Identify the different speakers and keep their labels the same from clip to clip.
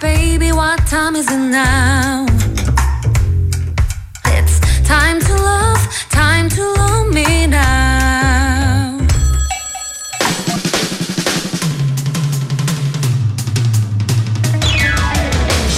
Speaker 1: Baby, what time is it now? It's time to love, time to love me now.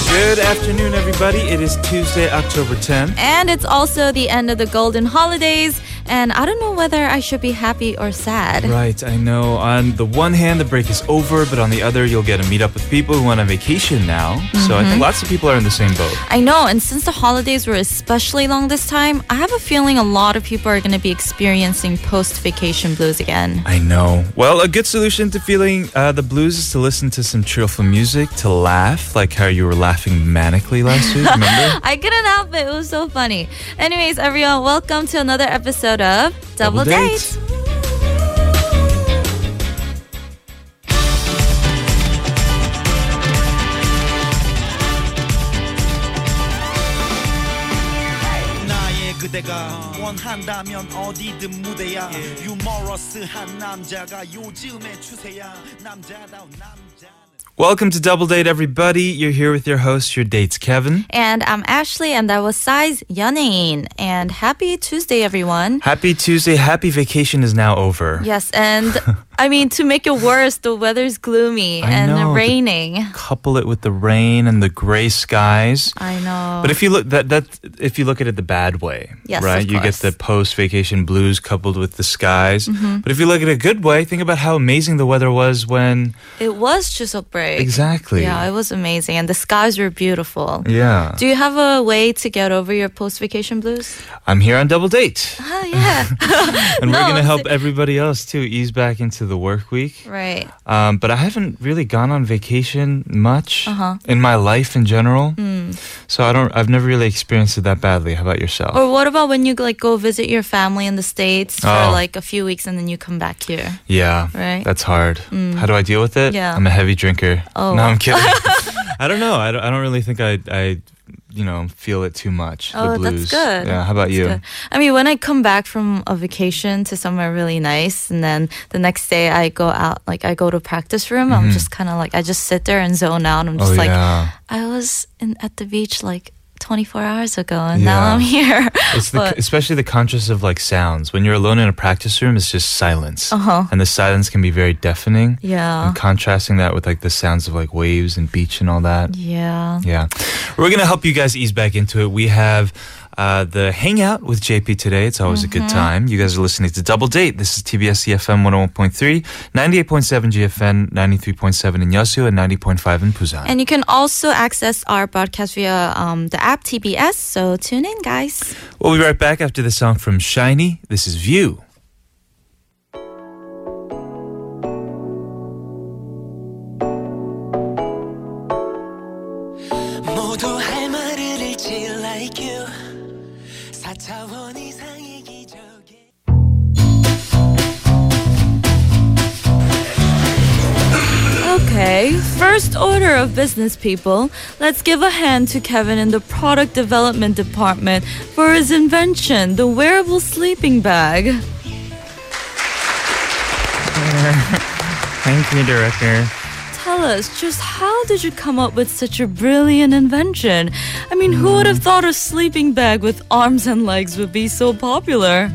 Speaker 2: Good afternoon, everybody. It is Tuesday, October 10th.
Speaker 3: And it's also the end of the golden holidays, and I don't know whether I should be happy or sad.
Speaker 2: Right, I know. On the one hand, the break is over, but on the other, you'll get to meet up with people who want a vacation now. So I think lots of people are in the same boat.
Speaker 3: I know, and since the holidays were especially long this time, I have a feeling a lot of people are going to be experiencing post vacation blues again.
Speaker 2: I know. Well, a good solution to feeling uh, the blues is to listen to some cheerful music, to laugh, like how you were laughing manically last week, remember?
Speaker 3: I couldn't help it, it was so funny. Anyways, everyone, welcome to another episode of Double, Dates.
Speaker 4: 나의 그대가 원한다면 어디든 무대야 유머러스한 남자가 요즘의 추세야 남자다운 남자
Speaker 2: Welcome to Double Date, everybody. You're here with your host, your dates, Kevin.
Speaker 3: And I'm Ashley, and that was Size Yeonin. And happy Tuesday, everyone.
Speaker 2: Happy Tuesday. Happy vacation is now over.
Speaker 3: Yes, and I mean to make it worse, the weather's gloomy
Speaker 2: I
Speaker 3: and
Speaker 2: know, the-
Speaker 3: raining.
Speaker 2: Couple it with the rain and the gray skies.
Speaker 3: I know.
Speaker 2: But if you look that that if you look at it the bad way,
Speaker 3: Yes,
Speaker 2: right?
Speaker 3: of
Speaker 2: you get
Speaker 3: course. Mm-hmm.
Speaker 2: the post vacation blues coupled with the skies. But if you look at it a good way, think about how amazing the weather was when
Speaker 3: it was Chuseok break.
Speaker 2: exactly.
Speaker 3: Yeah, it was amazing, and the skies were beautiful.
Speaker 2: Yeah.
Speaker 3: Do you have a way to get over your post vacation blues?
Speaker 2: I'm here on double date,
Speaker 3: Oh, yeah.
Speaker 2: and we're
Speaker 3: No, it's-
Speaker 2: gonna help everybody else too ease back into the work week.
Speaker 3: right.
Speaker 2: Um, but I haven't really gone on vacation much
Speaker 3: Uh-huh.
Speaker 2: in my life in general,
Speaker 3: Mm.
Speaker 2: so I don't. I've never really experienced it that badly. How about yourself?
Speaker 3: Or what about when you like go visit your family in the states for
Speaker 2: Oh.
Speaker 3: like a few weeks and then you come back here?
Speaker 2: Yeah.
Speaker 3: Right? Mm.
Speaker 2: That's hard. How do I deal with it?
Speaker 3: Yeah.
Speaker 2: I'm a heavy drinker.
Speaker 3: Oh.
Speaker 2: No, I'm kidding. I don't know. I don't, I don't really think I, I, you know, feel it too much.
Speaker 3: Oh,
Speaker 2: the
Speaker 3: that's
Speaker 2: blues.
Speaker 3: good.
Speaker 2: Yeah. How about
Speaker 3: That's
Speaker 2: you?
Speaker 3: good. I mean, when I come back from a vacation to somewhere really nice, and then the next day I go out, like I go to practice room, I'm just kind of like I just sit there and zone out. I'm just
Speaker 2: Mm-hmm. oh,
Speaker 3: like
Speaker 2: yeah.
Speaker 3: I was in, at the beach like 24 hours ago, and now
Speaker 2: Yeah.
Speaker 3: I'm here.
Speaker 2: It's the,
Speaker 3: But-
Speaker 2: especially the contrast of like sounds. When you're alone in a practice room, it's just silence.
Speaker 3: Uh-huh.
Speaker 2: And the silence can be very deafening.
Speaker 3: yeah,
Speaker 2: And contrasting that with like the sounds of like waves and beach and all that.
Speaker 3: yeah.
Speaker 2: Yeah. We're going to help you guys ease back into it. We have uh, the Hangout with JP today. It's always a good time. You guys are listening to Double Date. This is TBS EFM 101.3, 98.7 GFN, 93.7 in Yeosu, and 90.5 in Busan.
Speaker 3: And you can also access our broadcast via um, the app TBS. So tune in, guys.
Speaker 2: we'll be right back after the song from Shiny. This is View.
Speaker 4: 모두 할 말을 잃지 like you 4차원 이상의 기적에
Speaker 3: Okay, first order of business people. Let's give a hand to Kevin in the product development department for his invention, the wearable sleeping bag.
Speaker 2: Thank you, Director.
Speaker 3: Tell us, just how did you come up with such a brilliant invention? I mean, who would have thought a sleeping bag with arms and legs would be so popular?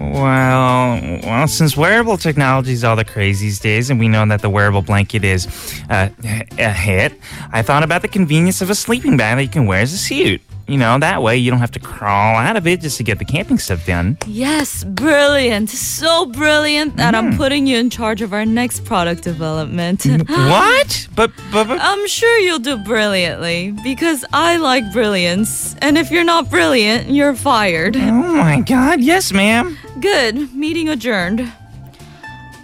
Speaker 5: Well, well, since wearable technology is all the craze these days, and we know that the wearable blanket is uh, a hit, I thought about the convenience of a sleeping bag that you can wear as a suit. You know, that way you don't have to crawl out of it just to get the camping stuff done.
Speaker 3: Yes, brilliant. So brilliant that I'm putting you in charge of our next product development.
Speaker 5: what? But, but, but
Speaker 3: I'm sure you'll do brilliantly because I like brilliance. And if you're not brilliant, you're fired.
Speaker 5: oh my God! Yes, ma'am.
Speaker 3: Good, meeting adjourned.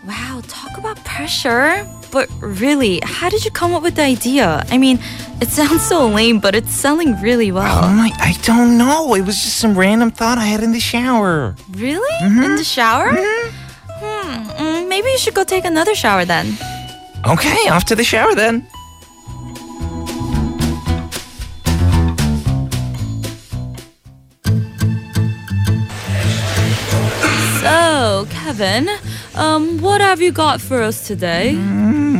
Speaker 3: Wow, talk about pressure. But really, how did you come up with the idea? I mean, it sounds so lame, but it's selling really
Speaker 5: Oh
Speaker 2: Uh-huh.
Speaker 3: well.
Speaker 5: my! I don't know. It was just some random thought I had in the shower.
Speaker 3: Really? In the shower? Hmm, mm, maybe you should go take another shower then.
Speaker 5: Okay, off to the shower then.
Speaker 3: So, Kevin, um, what have you got for us today?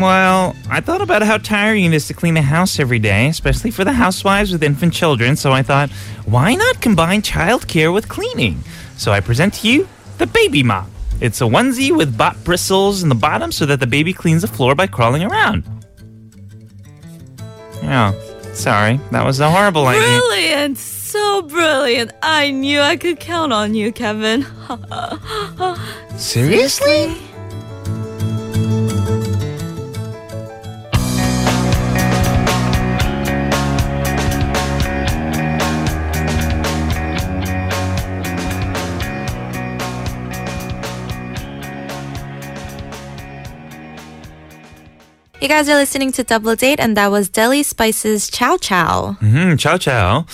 Speaker 5: Well, I thought about how tiring it is to clean a house every day, especially for the housewives with infant children, so I thought, why not combine childcare with cleaning? So I present to you the baby mop. It's a onesie with bot bristles in the bottom so that the baby cleans the floor by crawling around. Yeah, sorry, that was a horrible idea.
Speaker 6: Brilliant, so brilliant. I knew I could count on you, Kevin.
Speaker 5: Seriously?
Speaker 6: You guys are listening to Double Date, and that was Deli Spice's Chow Chow.
Speaker 5: Mm-hmm,
Speaker 2: Mm, ciao, ciao.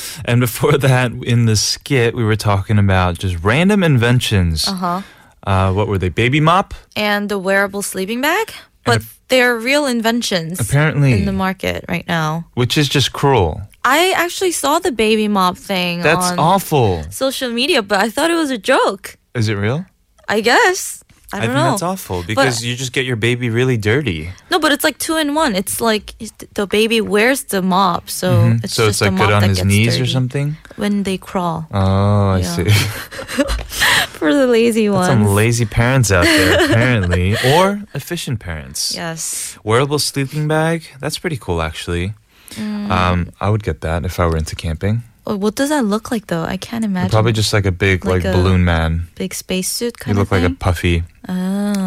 Speaker 2: And before that, in the skit, we were talking about just random inventions. Uh-huh.
Speaker 5: Uh,
Speaker 2: what were they? Baby mop?
Speaker 6: And the wearable sleeping bag? But they're real inventions
Speaker 2: Apparently.
Speaker 6: in the market right now.
Speaker 2: Which is just cruel.
Speaker 6: I actually saw the baby mop thing
Speaker 2: That's
Speaker 6: on
Speaker 2: awful.
Speaker 6: social media, but I thought it was a joke.
Speaker 2: Is it real?
Speaker 6: I guess. I don't
Speaker 2: think
Speaker 6: know.
Speaker 2: that's awful because you just get your baby really dirty.
Speaker 6: No, but it's like two in one. It's like it- the baby wears the mop, so
Speaker 2: Mm-hmm.
Speaker 6: it's
Speaker 2: so
Speaker 6: just
Speaker 2: it's
Speaker 6: the
Speaker 2: like
Speaker 6: mop
Speaker 2: good on
Speaker 6: that
Speaker 2: his
Speaker 6: gets
Speaker 2: knees or
Speaker 6: dirty
Speaker 2: something.
Speaker 6: when they crawl.
Speaker 2: Oh, I
Speaker 6: Yeah.
Speaker 2: see.
Speaker 6: For the lazy ones.
Speaker 2: Some lazy parents out there, apparently, or efficient parents.
Speaker 6: yes.
Speaker 2: Wearable sleeping bag. That's pretty cool, actually.
Speaker 6: Mm.
Speaker 2: Um, I would get that if I were into camping.
Speaker 6: Oh, what does that look like though? I can't imagine.
Speaker 2: Probably just like a big, like,
Speaker 6: Like a-
Speaker 2: balloon man.
Speaker 6: big spacesuit
Speaker 2: You
Speaker 6: kind
Speaker 2: look
Speaker 6: of thing. Ah.
Speaker 2: like a puffy,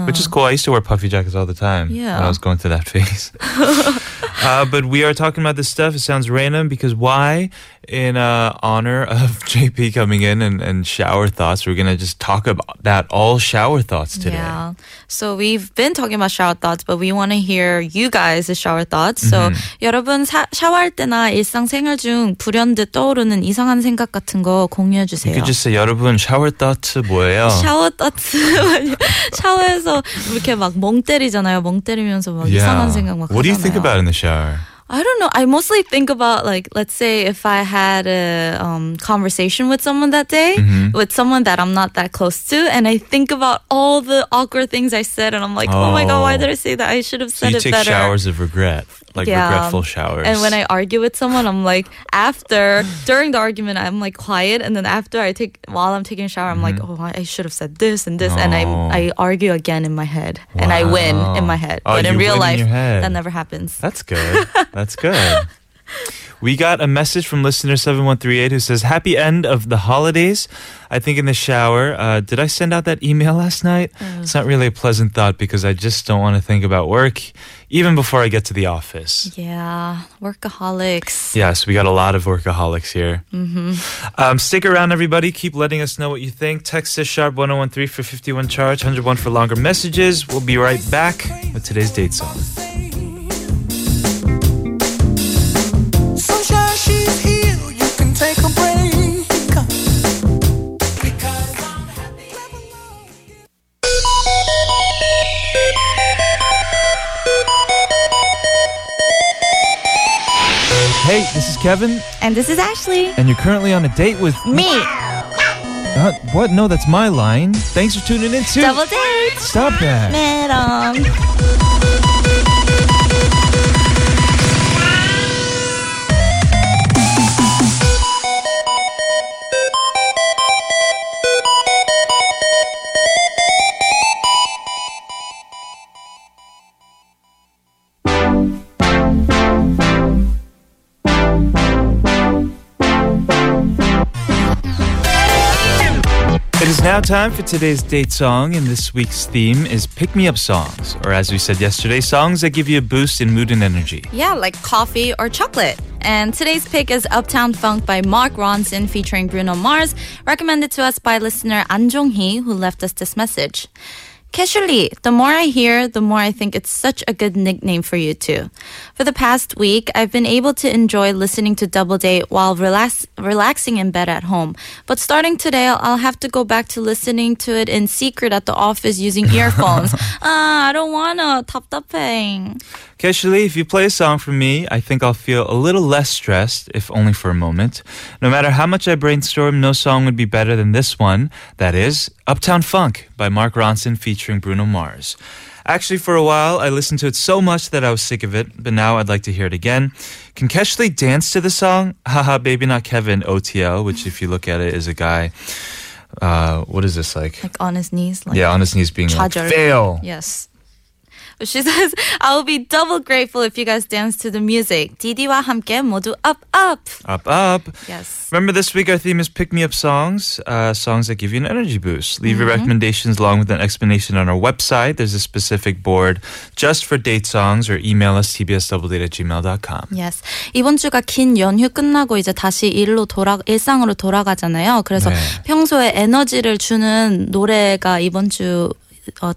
Speaker 2: which is cool. I used to wear puffy jackets all the time when
Speaker 6: Yeah.
Speaker 2: I was going through that phase. uh, but we are talking about this stuff. It sounds random because why? In uh, honor of JP coming in and, and shower thoughts, we're gonna just talk about that all shower thoughts today.
Speaker 6: Yeah. So we've been talking about shower thoughts, but we want to hear you guys' shower thoughts. So
Speaker 2: Mm-hmm.
Speaker 6: 여러분 사, 샤워할 때나 일상생활 중 불현듯 떠오르는 이상한 생각 같은 거 공유해
Speaker 2: You
Speaker 6: 주세요.
Speaker 2: could just say 여러분 샤워 thoughts oh 뭐예요?
Speaker 6: 샤워 떠츠 샤워에서 이렇게 막 멍 때리잖아요. 멍 때리면서 막 이상한 생각 막
Speaker 2: What do you think
Speaker 6: 하잖아요.
Speaker 2: about in the shower?
Speaker 6: I don't know. I mostly think about like let's say if I had a um, conversation with someone that day,
Speaker 2: Mm-hmm.
Speaker 6: with someone that I'm not that close to, and I think about all the awkward things I said, and I'm like, oh, my god, why
Speaker 2: Oh.
Speaker 6: did I say that? I should have
Speaker 2: So
Speaker 6: said
Speaker 2: you
Speaker 6: it
Speaker 2: take
Speaker 6: better.
Speaker 2: showers of regret, like regretful showers.
Speaker 6: And when I argue with someone, I'm like, after during the argument, I'm like quiet, and then after I take while I'm taking a shower, I'm like, oh, I I should have said this and this, and I
Speaker 2: Mm-hmm. Oh.
Speaker 6: I argue again in my head, and I win in my head.
Speaker 2: Oh,
Speaker 6: but in
Speaker 2: you
Speaker 6: real
Speaker 2: win in
Speaker 6: life,
Speaker 2: your head.
Speaker 6: that never happens.
Speaker 2: That's good. That's good. We got a message from listener 7138 who says, Happy end of the holidays. I think in the shower, uh, did I send out that email last night? It's not really a pleasant thought because I just don't want to think about work even before I get to the office.
Speaker 6: Yeah, workaholics.
Speaker 2: Yes, we got a lot of workaholics here. Mm-hmm. Um, stick around, everybody. Keep letting us know what you think. Text us sharp 1013 for 51 charge, 101 for longer messages. We'll be right back with today's date song.
Speaker 7: Sunshine, she's here. You can take a break.
Speaker 2: Hey, this is Kevin,
Speaker 6: And this is Ashley.
Speaker 2: and you're currently on a date with
Speaker 6: Me.
Speaker 2: Uh, what? No, that's my line. Thanks for tuning in too.
Speaker 6: Double date.
Speaker 2: Stop that.
Speaker 6: Meron.
Speaker 2: It is now time for today's date song, and this week's theme is pick me up songs, or as we said yesterday, songs that give you a boost in mood and energy.
Speaker 6: Yeah, like coffee or chocolate. And today's pick is Uptown Funk by Mark Ronson featuring Bruno Mars, recommended to us by listener An Jong-hee, who left us this message. Casually, the more I hear, the more I think it's such a good nickname for you too. For the past week, I've been able to enjoy listening to Double Date while relax- relaxing in bed at home. But starting today, I'll have to go back to listening to it in secret at the office using earphones. Ah, I don't wanna. 답답해.
Speaker 2: Keshali, if you play a song for me, I think I'll feel a little less stressed, if only for a moment. No matter how much I brainstorm, no song would be better than this one. That is Uptown Funk by Mark Ronson featuring Bruno Mars. Actually, for a while, I listened to it so much that I was sick of it, but now I'd like to hear it again. Can Keshley dance to the song Haha Baby Not Kevin OTL, which, if you look at it, is a guy. Uh, what is this like?
Speaker 6: Like on his knees. Like,
Speaker 2: Yeah, on his knees being like,
Speaker 6: 좌절.
Speaker 2: fail.
Speaker 6: Yes. She says, I will be double grateful if you guys dance to the music. 디디와 함께 모두 up, up.
Speaker 2: Up, up.
Speaker 6: Yes.
Speaker 2: Remember, this week our theme is pick me up songs, uh, songs that give you an energy boost. Leave
Speaker 6: Mm-hmm.
Speaker 2: your recommendations along with an explanation on our website. There's a specific board just for date songs, or email us tbsdoubledate at gmail.com.
Speaker 6: Yes. 이번 주가 긴 연휴 끝나고 이제 다시 일로 돌아 일상으로 돌아가잖아요. 그래서
Speaker 2: 네.
Speaker 6: 평소에 에너지를 주는 노래가 이번 주 어,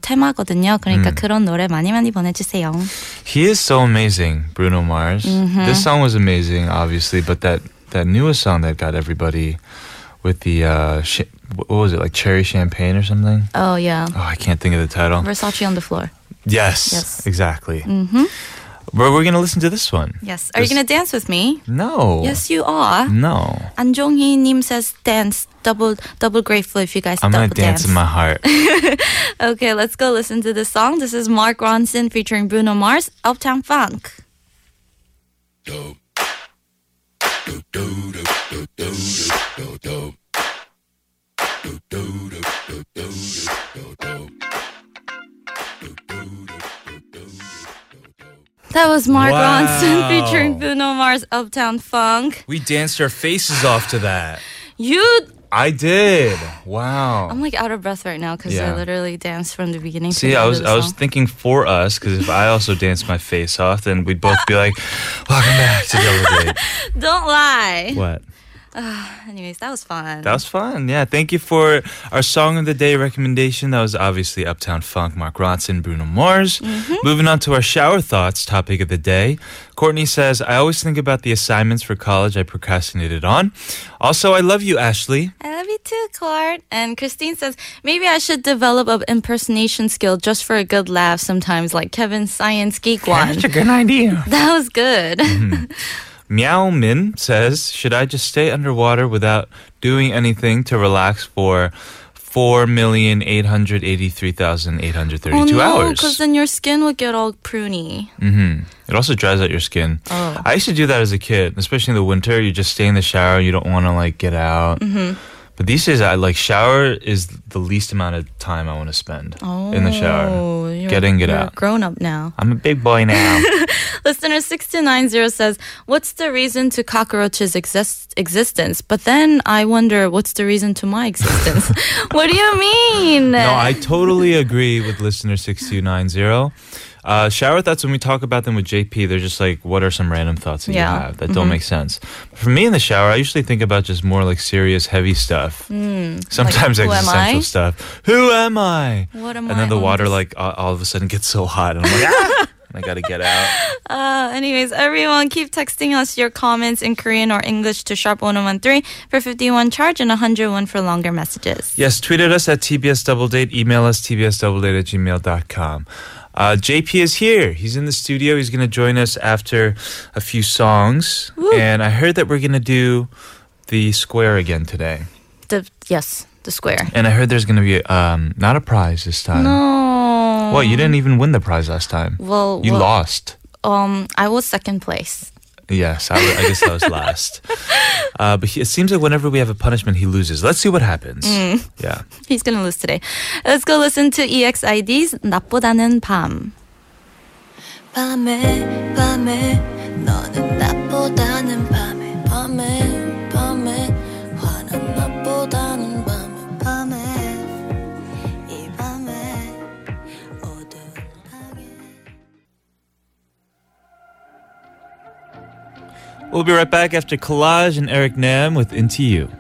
Speaker 2: 음.
Speaker 6: 테마거든요. 그러니까 그런 노래 많이 많이 보내주세요.
Speaker 2: He is so amazing, Bruno Mars.
Speaker 6: Mm-hmm.
Speaker 2: This song was amazing, obviously, but that that newest song that got everybody with the uh, sh- what was it like cherry champagne or something?
Speaker 6: Oh yeah.
Speaker 2: Oh, I can't think of the title.
Speaker 6: Versace on the floor.
Speaker 2: Yes,
Speaker 6: Yes.
Speaker 2: exactly. Mm-hmm. We're, we're gonna listen to this one.
Speaker 6: Yes. Are you gonna dance with me?
Speaker 2: No.
Speaker 6: Yes, you are.
Speaker 2: No.
Speaker 6: 안종희 님 says dance. Double double grateful if you guys
Speaker 2: I'm gonna
Speaker 6: double
Speaker 2: dance in my heart.
Speaker 6: Okay, let's go listen to this song. This is Mark Ronson featuring Bruno Mars, Uptown Funk. That was Mark
Speaker 2: Wow.
Speaker 6: Ronson featuring Bruno Mars, Uptown Funk.
Speaker 2: we danced our faces off to that.
Speaker 6: You,
Speaker 2: I did. Wow.
Speaker 6: I'm like out of breath right now because
Speaker 2: Yeah.
Speaker 6: I literally danced from the beginning. to
Speaker 2: See,
Speaker 6: the
Speaker 2: I
Speaker 6: end
Speaker 2: was
Speaker 6: of the
Speaker 2: I was
Speaker 6: song.
Speaker 2: thinking for us because if I also danced my face off, then we'd both be like, "Welcome back to Double Date."
Speaker 6: Don't lie.
Speaker 2: What?
Speaker 6: Anyways, that was fun.
Speaker 2: That was fun. Yeah, thank you for our song of the day recommendation. That was obviously Uptown Funk, Mark Ronson, Bruno Mars.
Speaker 6: Mm-hmm.
Speaker 2: Moving on to our shower thoughts topic of the day. Courtney says, "I always think about the assignments for college I procrastinated on. Also, I love you, Ashley."
Speaker 6: I love you too, Clark. And Christine says, maybe I should develop an impersonation skill just for a good laugh sometimes, like Kevin Science Geek one.
Speaker 5: a good idea.
Speaker 6: That was good.
Speaker 2: Mm-hmm, Meow Min says, "Should I just stay underwater without doing anything to relax for four million eight hundred eighty-three thousand eight hundred
Speaker 6: oh
Speaker 2: thirty-two
Speaker 6: no,
Speaker 2: hours?
Speaker 6: because then your skin would get all pruny.
Speaker 2: It also dries out your skin.
Speaker 6: Oh.
Speaker 2: I used to do that as a kid, especially in the winter. You just stay in the shower. You don't want to like get out.
Speaker 6: Mm-hmm.
Speaker 2: But these days, I like shower is the least amount of time I want to spend in the shower.
Speaker 6: Oh, you're,
Speaker 2: Get in, get
Speaker 6: you're
Speaker 2: out.
Speaker 6: Grown up now.
Speaker 2: I'm a big boy now.
Speaker 6: Listener 6290 says, What's the reason to cockroaches' exist- existence? But then I wonder, what's the reason to my existence? what do you mean?
Speaker 2: No, I totally agree with listener 6290. Uh, shower thoughts, when we talk about them with JP, they're just like, what are some random thoughts that you
Speaker 6: Yeah. Mm-hmm.
Speaker 2: have that don't make sense? For me in the shower, I usually think about just more like serious, heavy stuff. Sometimes
Speaker 6: Mm, like, who am
Speaker 2: existential
Speaker 6: I?
Speaker 2: stuff. Who am I?
Speaker 6: What am
Speaker 2: and then
Speaker 6: I
Speaker 2: the
Speaker 6: on
Speaker 2: water,
Speaker 6: this-
Speaker 2: like, all, all of a sudden gets so hot. And I'm like, ah! and I gotta get out.
Speaker 6: Uh, anyways, everyone keep texting us your comments in Korean or English to sharp1013 for 51 charge and 101 for longer messages.
Speaker 2: Yes, tweet at us at TBS Double Date. Email us tbsdoubledate at gmail.com. Uh, JP is here. He's in the studio. He's going to join us after a few songs. And I heard that we're going to do the square again today.
Speaker 6: The yes, the square.
Speaker 2: And I heard there's going to be um, not a prize this time.
Speaker 6: No.
Speaker 2: Well, you didn't even win the prize last time.
Speaker 6: Well,
Speaker 2: you
Speaker 6: well,
Speaker 2: lost.
Speaker 6: Um, I was second place.
Speaker 2: Yes, I, w- I guess I was last. Uh, but he, it seems like whenever we have a punishment, he loses. Let's see what happens. Yeah.
Speaker 6: He's gonna lose today. Let's go listen to E EXID's 나보다는 밤.
Speaker 4: 밤에 밤에 너는 나보다는 밤에 밤에 밤에 화난 나보다는 밤에 밤에 이 밤에 어두운 방에
Speaker 2: We'll be right back after Collage and Eric Nam with Into You.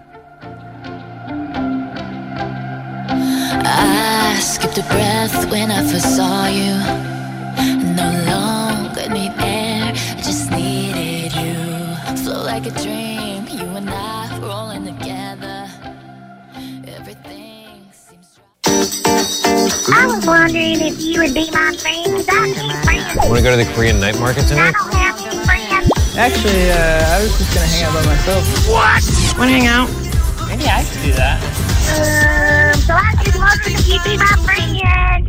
Speaker 4: I skipped a breath when I first saw you. No longer need air, I just needed you. Flow like a dream, you and I rolling together. Everything seems right.
Speaker 8: I was wondering if you would be my friend, 'cause I need friends.
Speaker 9: Want to go to the Korean night market
Speaker 8: I
Speaker 9: tonight?
Speaker 8: don't have any friends.
Speaker 10: Actually, uh, I was just gonna hang out by myself.
Speaker 5: Want to hang out?
Speaker 8: Um, so I just wondered if you'd be my friend.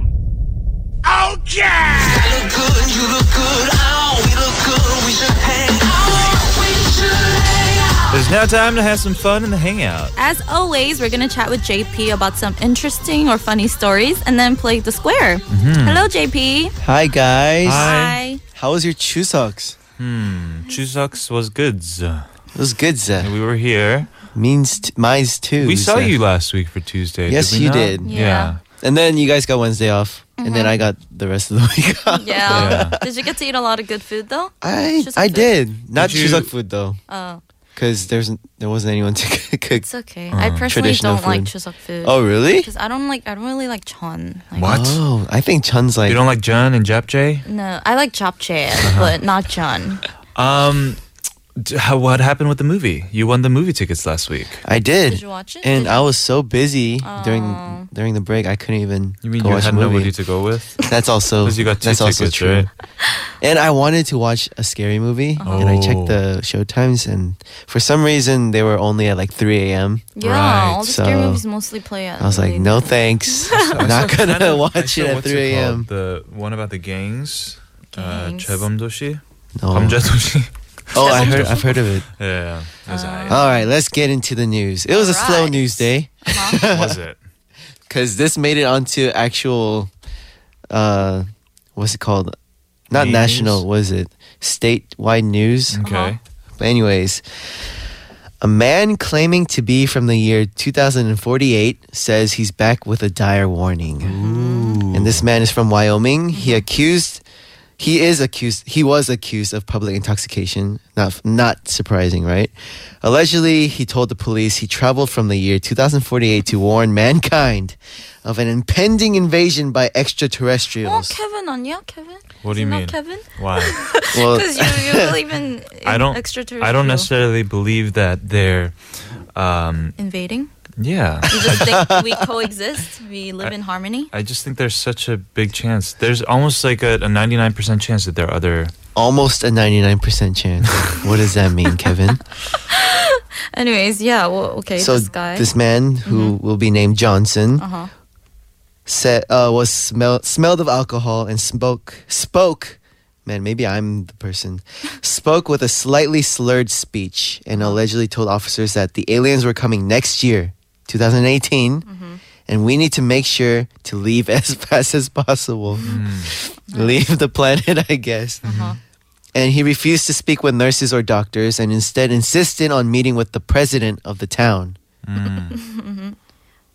Speaker 2: It's now time to have some fun in the hangout.
Speaker 6: As always, we're going to chat with JP about some interesting or funny stories and then play the square.
Speaker 2: Mm-hmm.
Speaker 6: Hello, JP.
Speaker 9: Hi guys.
Speaker 6: Hi.
Speaker 9: How was your Chuseoks?
Speaker 2: Chuzux was good. And
Speaker 9: It was good, Zeh.
Speaker 2: we were here.
Speaker 9: Means t- mine's too.
Speaker 2: We saw
Speaker 9: Zeh.
Speaker 2: you last week for Tuesday.
Speaker 9: Yes,
Speaker 2: did we
Speaker 9: you
Speaker 2: not?
Speaker 9: did.
Speaker 2: Yeah.
Speaker 6: Yeah.
Speaker 9: And then you guys got Wednesday off, and then I got the rest of the week off.
Speaker 6: Yeah.
Speaker 2: Yeah.
Speaker 6: Mm-hmm. Did you get to eat a lot of good food though?
Speaker 9: I
Speaker 6: Chuseok
Speaker 9: I
Speaker 6: food.
Speaker 9: did not
Speaker 2: Did you-
Speaker 9: Chuseok food though,
Speaker 6: Oh,
Speaker 9: because there's there wasn't anyone to cook.
Speaker 6: it's okay. I personally
Speaker 9: Uh, Traditional
Speaker 6: don't like
Speaker 9: food.
Speaker 6: Chuseok food.
Speaker 9: Oh really?
Speaker 6: Because I don't like, I don't really like chon. Like,
Speaker 2: What?
Speaker 9: Oh, I think Chun's like
Speaker 2: You don't like John and Japjay?
Speaker 6: No, I like japchae, but not chon.
Speaker 2: Um, d- how, what happened with the movie? You won the movie tickets last week.
Speaker 9: I did.
Speaker 6: Did you watch it?
Speaker 9: And
Speaker 6: Did- Oh.
Speaker 9: I was so busy during during the break, I couldn't even.
Speaker 2: You mean
Speaker 9: go
Speaker 2: you
Speaker 9: watch
Speaker 2: had
Speaker 9: a movie.
Speaker 2: nobody to go with?
Speaker 9: That's also
Speaker 2: Because you got two
Speaker 9: that's also
Speaker 2: tickets,
Speaker 9: true.
Speaker 2: right?
Speaker 9: And I wanted to watch a scary movie, and I checked
Speaker 2: Oh.
Speaker 9: the show times, and for some reason they were only at like 3 a.m.
Speaker 6: Yeah,
Speaker 2: Right,
Speaker 6: all the scary
Speaker 9: so-
Speaker 6: movies mostly play at.
Speaker 9: I was like,
Speaker 6: late.
Speaker 9: no thanks, not
Speaker 2: Kind
Speaker 9: gonna
Speaker 2: of- I
Speaker 9: watch
Speaker 2: saw-
Speaker 9: it
Speaker 2: what's
Speaker 9: at 3 a.m.
Speaker 2: called? The one about the gangs, uh,
Speaker 6: Gangs.
Speaker 2: Chebamdoshi,
Speaker 9: No.
Speaker 2: Hamjadoshi.
Speaker 9: Oh, I heard I've heard of it.
Speaker 2: Yeah, it
Speaker 6: Uh.
Speaker 2: was, aight.
Speaker 9: All right, let's get into the news. It was a slow
Speaker 6: Alright.
Speaker 9: news day
Speaker 2: was it?
Speaker 9: because this made it onto actual, uh, what's it called? Not
Speaker 2: News?
Speaker 9: national, was it statewide news?
Speaker 2: Okay.
Speaker 9: But anyways, a man claiming to be from the year 2048 says he's back with a dire warning. And this man is from Wyoming. He accused he is accused he was accused of public intoxication. Not not surprising, right? Allegedly, he told the police he traveled from the year 2048 to warn mankind of an impending invasion by
Speaker 6: Oh,
Speaker 9: extraterrestrials.
Speaker 6: Kevin on yeah, Kevin.
Speaker 2: What do you
Speaker 6: Is it not
Speaker 2: mean?
Speaker 6: Kevin?
Speaker 2: Why?
Speaker 9: Well,
Speaker 6: Because you, you believe in, in
Speaker 2: I don't.
Speaker 6: extraterrestrial
Speaker 2: I don't necessarily believe that they're. Um,
Speaker 6: invading.
Speaker 2: yeah,
Speaker 6: You just think we coexist, we live in harmony.
Speaker 2: I just think there's such a big chance. There's almost like a, a 99% chance that there are other.
Speaker 9: almost a 99% chance. what does that mean, Kevin?
Speaker 6: Anyways, yeah. Well, okay.
Speaker 9: so
Speaker 6: this guy. Mm-hmm.
Speaker 9: man who will be named Johnson
Speaker 6: uh-huh.
Speaker 9: said uh, was smell, smelled of alcohol and spoke spoke man maybe I'm the person spoke with a slightly slurred speech and
Speaker 6: Uh-huh.
Speaker 9: allegedly told officers that the aliens were coming next year 2018
Speaker 6: Mm-hmm.
Speaker 9: and we need to make sure to leave as fast as possible leave the planet I guess
Speaker 6: Uh-huh.
Speaker 9: and he refused to speak with nurses or doctors and instead insisted on meeting with the president of the town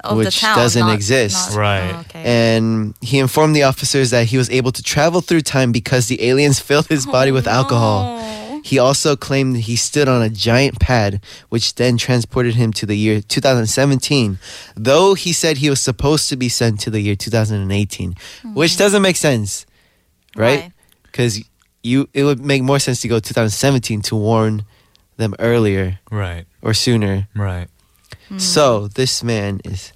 Speaker 6: Of the
Speaker 9: which
Speaker 6: town,
Speaker 9: doesn't
Speaker 6: not-
Speaker 9: exist.
Speaker 6: not-
Speaker 2: Right.
Speaker 6: oh,
Speaker 9: Eh.
Speaker 6: okay.
Speaker 9: and he informed the officers that he was able to travel through time because the aliens filled his body with alcohol.
Speaker 6: Oh.
Speaker 9: He also claimed that he stood on a giant pad, which then transported him to the year 2017, though he said he was supposed to be sent to the year 2018, which doesn't make sense, right?
Speaker 6: Why?
Speaker 9: Because you, it would make more sense to go 2017 to warn them earlier
Speaker 2: Right.
Speaker 9: or sooner.
Speaker 2: Right.
Speaker 9: So this man is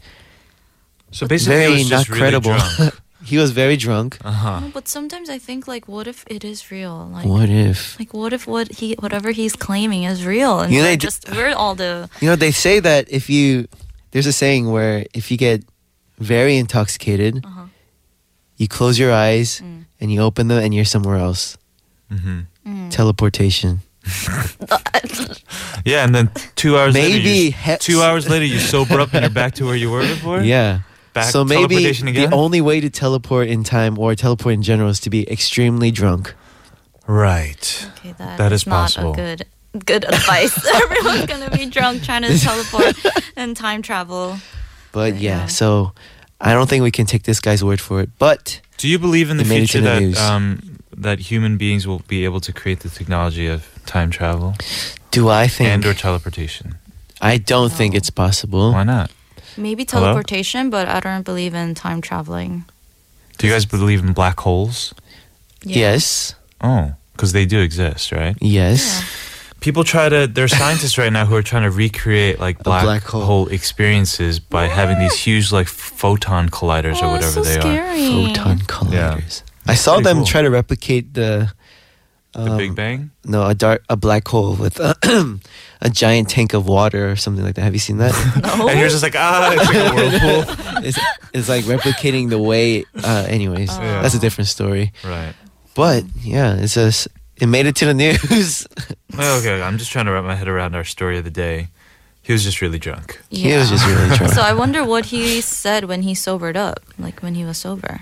Speaker 2: So basically,
Speaker 9: very
Speaker 2: it was
Speaker 9: not
Speaker 2: just really
Speaker 9: credible.
Speaker 2: drunk.
Speaker 9: he was very drunk.
Speaker 6: No, but sometimes I think like, what if it is real? Like,
Speaker 9: What if?
Speaker 6: like what if what he whatever he's claiming is real? And
Speaker 9: You know,
Speaker 6: we're
Speaker 9: they d-
Speaker 6: just we're all the
Speaker 9: You know, they say that if you, there's a saying where if you get very intoxicated,
Speaker 6: Uh-huh.
Speaker 9: you close your eyes
Speaker 6: Mm.
Speaker 9: and you open them and you're somewhere else.
Speaker 6: Mm.
Speaker 9: Teleportation.
Speaker 2: Yeah, and then two hours later, you-
Speaker 9: Maybe he-
Speaker 2: two hours later, you sober up and you're back to where you were before.
Speaker 9: Yeah.
Speaker 2: Back
Speaker 9: so maybe
Speaker 2: teleportation
Speaker 9: the
Speaker 2: again?
Speaker 9: only way to teleport in time or teleport in general is to be extremely drunk.
Speaker 2: Right.
Speaker 6: okay that,
Speaker 2: That
Speaker 6: is
Speaker 2: is
Speaker 6: not
Speaker 2: possible.
Speaker 6: a good good advice. Everyone's gonna be drunk trying to teleport and time travel.
Speaker 9: But yeah,
Speaker 6: Yeah.
Speaker 9: so I don't think we can take this guy's word for it. But
Speaker 2: Do you believe in the
Speaker 9: It made it
Speaker 2: future
Speaker 9: to the
Speaker 2: that
Speaker 9: news.
Speaker 2: um, that human beings will be able to create the technology of time travel
Speaker 9: do I think?
Speaker 2: and or teleportation?
Speaker 9: I don't think
Speaker 6: No.
Speaker 9: it's possible.
Speaker 2: Why not?
Speaker 6: Maybe
Speaker 2: Hello?
Speaker 6: teleportation, but I don't believe in time traveling.
Speaker 2: Do you guys believe in black holes?
Speaker 9: Yes.
Speaker 2: Oh, because they do exist, right?
Speaker 9: Yes.
Speaker 2: People try to. There are scientists right now who are trying to recreate like black,
Speaker 9: black hole.
Speaker 2: hole. experiences by having these huge like photon colliders or
Speaker 6: Oh,
Speaker 2: whatever
Speaker 6: it's so
Speaker 2: they are.
Speaker 6: scary.
Speaker 9: Photon
Speaker 2: Yeah.
Speaker 9: colliders. I saw
Speaker 2: Pretty
Speaker 9: them
Speaker 2: cool.
Speaker 9: try to replicate the um,
Speaker 2: The Big Bang?
Speaker 9: No, a dark, a black hole with a, giant tank of water or something like that. Have you seen that?
Speaker 2: And you're just like, ah, it's like a whirlpool.
Speaker 9: it's, it's like replicating the way. Uh, anyways,
Speaker 2: Yeah.
Speaker 9: that's a different story.
Speaker 2: right.
Speaker 9: But yeah, it's a, s- it made it to the news.
Speaker 2: Well, okay, I'm just trying to wrap my head around our story of the day. He was just really drunk.
Speaker 9: He was just really drunk.
Speaker 6: so I wonder what he said when he sobered up, like when he was sober.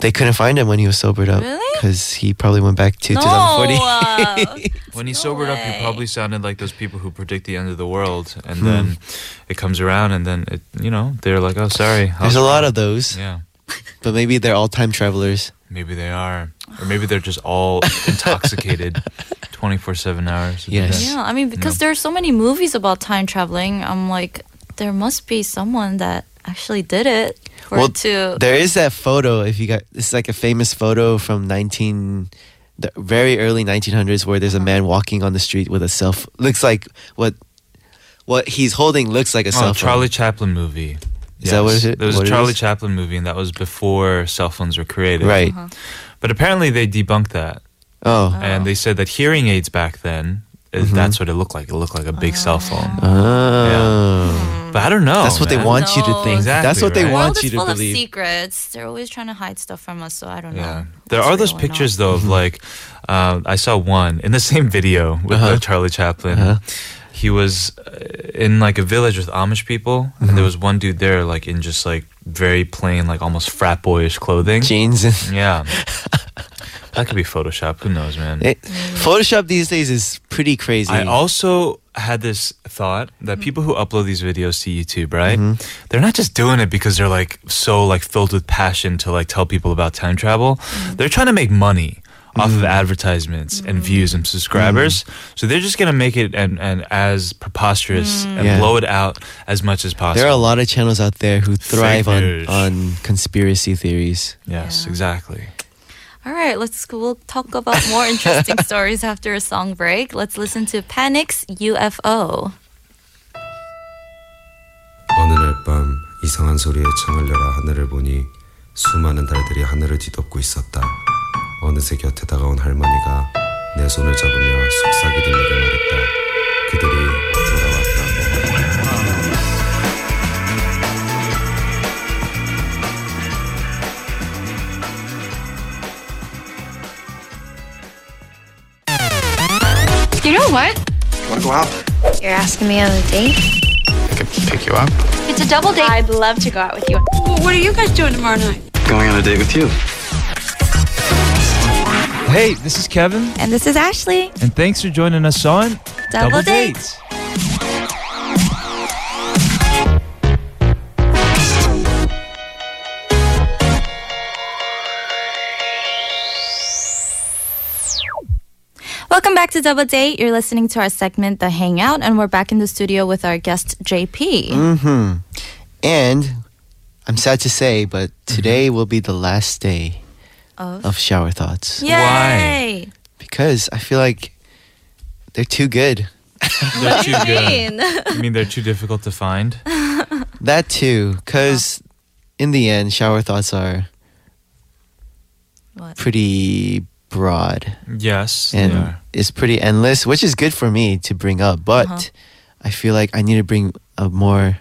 Speaker 9: they couldn't find him when he was sobered up
Speaker 6: Really?
Speaker 9: because he probably went back to 2040.
Speaker 6: uh,
Speaker 2: When he sobered up,
Speaker 6: way.
Speaker 2: he probably sounded like those people who predict the end of the world, and then
Speaker 9: Hmm.
Speaker 2: it comes around, and then it, you know, they're like, "Oh, sorry." I
Speaker 9: There's
Speaker 2: was
Speaker 9: a lot
Speaker 2: wrong."
Speaker 9: of those,
Speaker 2: Yeah,
Speaker 9: but maybe they're all time travelers.
Speaker 2: maybe they are, or maybe they're just all intoxicated, twenty four seven hours. a
Speaker 9: Yes.
Speaker 2: day.
Speaker 6: yeah, I mean because there are so many movies about time traveling. I'm like, there must be someone that actually did it for
Speaker 9: well,
Speaker 6: it to.
Speaker 9: there is that photo. If you got, it's like a famous photo from 19, the very early 1900s, where there's a man
Speaker 6: Uh-huh.
Speaker 9: walking on the street with a cell. ph- Looks like what, what he's holding looks like a
Speaker 2: Oh,
Speaker 9: cell
Speaker 2: Charlie
Speaker 9: phone.
Speaker 2: Chaplin movie.
Speaker 9: Is that what
Speaker 2: Yes.
Speaker 9: it-
Speaker 2: There was
Speaker 9: what
Speaker 2: a
Speaker 9: it
Speaker 2: Charlie
Speaker 9: is?
Speaker 2: Chaplin movie, and that was before cell phones were created.
Speaker 9: Right.
Speaker 6: Uh-huh.
Speaker 2: But apparently, they debunked that.
Speaker 9: Oh. Mm-hmm.
Speaker 2: and they said that hearing aids back then is that's what it looked like. It looked like a big cell phone.
Speaker 6: Oh.
Speaker 9: Oh.
Speaker 2: But I don't know.
Speaker 9: Uh-huh. That's what they
Speaker 2: man.
Speaker 9: want you to
Speaker 6: No.
Speaker 9: think.
Speaker 2: Exactly,
Speaker 9: That's what they
Speaker 2: right?
Speaker 6: the world
Speaker 9: want
Speaker 6: is
Speaker 9: you to
Speaker 6: full of
Speaker 9: believe.
Speaker 6: secrets. They're always trying to hide stuff from us, so I don't
Speaker 2: Yeah,
Speaker 6: know.
Speaker 2: there
Speaker 6: what's
Speaker 2: are those
Speaker 6: real or not.
Speaker 2: pictures though of like uh, I saw one in the same video with uh Charlie Chaplin. He was uh, in like a village with Amish people, and there was one dude there like in just like very plain, like almost frat boyish clothing.
Speaker 9: Jeans and
Speaker 2: Yeah. That could be Photoshop. Who knows, man?
Speaker 9: it, Photoshop these days is pretty crazy.
Speaker 2: I also had this thought
Speaker 6: Mm-hmm.
Speaker 2: that people who upload these videos to YouTube, right? They're not just doing it because they're like so like filled with passion to like tell people about time travel.
Speaker 6: Mm-hmm.
Speaker 2: They're trying to make money off of advertisements and views and subscribers. So they're just gonna make it and, and as preposterous
Speaker 6: Mm.
Speaker 2: and
Speaker 9: Yeah.
Speaker 2: blow it out as much as possible.
Speaker 9: There are a lot of channels out there who thrive on,
Speaker 2: news.
Speaker 9: on conspiracy theories.
Speaker 2: yes, exactly.
Speaker 6: All right, let's we'll talk about more interesting stories after a song break. Let's listen to Panic's UFO.
Speaker 11: 어느 날 밤 이상한 소리에 창을 열어 하늘을 보니 수많은 달들이 하늘을 뒤덮고 있었다. 어느새 곁에 다가온 할머니가 내 손을 잡으며 속삭이듯 내게 말했다. 그들이 돌아왔다.
Speaker 12: You know what?
Speaker 7: Wanna go out?
Speaker 8: You're asking me on a date?
Speaker 7: I could pick you up.
Speaker 12: It's a double date.
Speaker 8: I'd love to go out with you.
Speaker 12: What are you guys doing tomorrow night?
Speaker 7: Going on a date with you.
Speaker 2: Hey, this is Kevin,
Speaker 6: And this is Ashley.
Speaker 2: and thanks for joining us on
Speaker 6: Double Double Date. Welcome back to Double Date. You're listening to our segment, The Hangout, and we're back in the studio with our guest, JP.
Speaker 7: Mm,
Speaker 9: And I'm sad to say, but today will be the last day
Speaker 6: Of?
Speaker 9: of Shower Thoughts
Speaker 6: Yay!
Speaker 9: because I feel like they're too good.
Speaker 2: They're too good.
Speaker 6: Mean.
Speaker 2: I mean, they're too difficult to find.
Speaker 9: That too, because in the end, Shower Thoughts are
Speaker 6: What?
Speaker 9: pretty broad
Speaker 2: Yes.
Speaker 9: and
Speaker 2: they are.
Speaker 9: is pretty endless, which is good for me to bring up. But
Speaker 6: Uh-huh.
Speaker 9: I feel like I need to bring a more.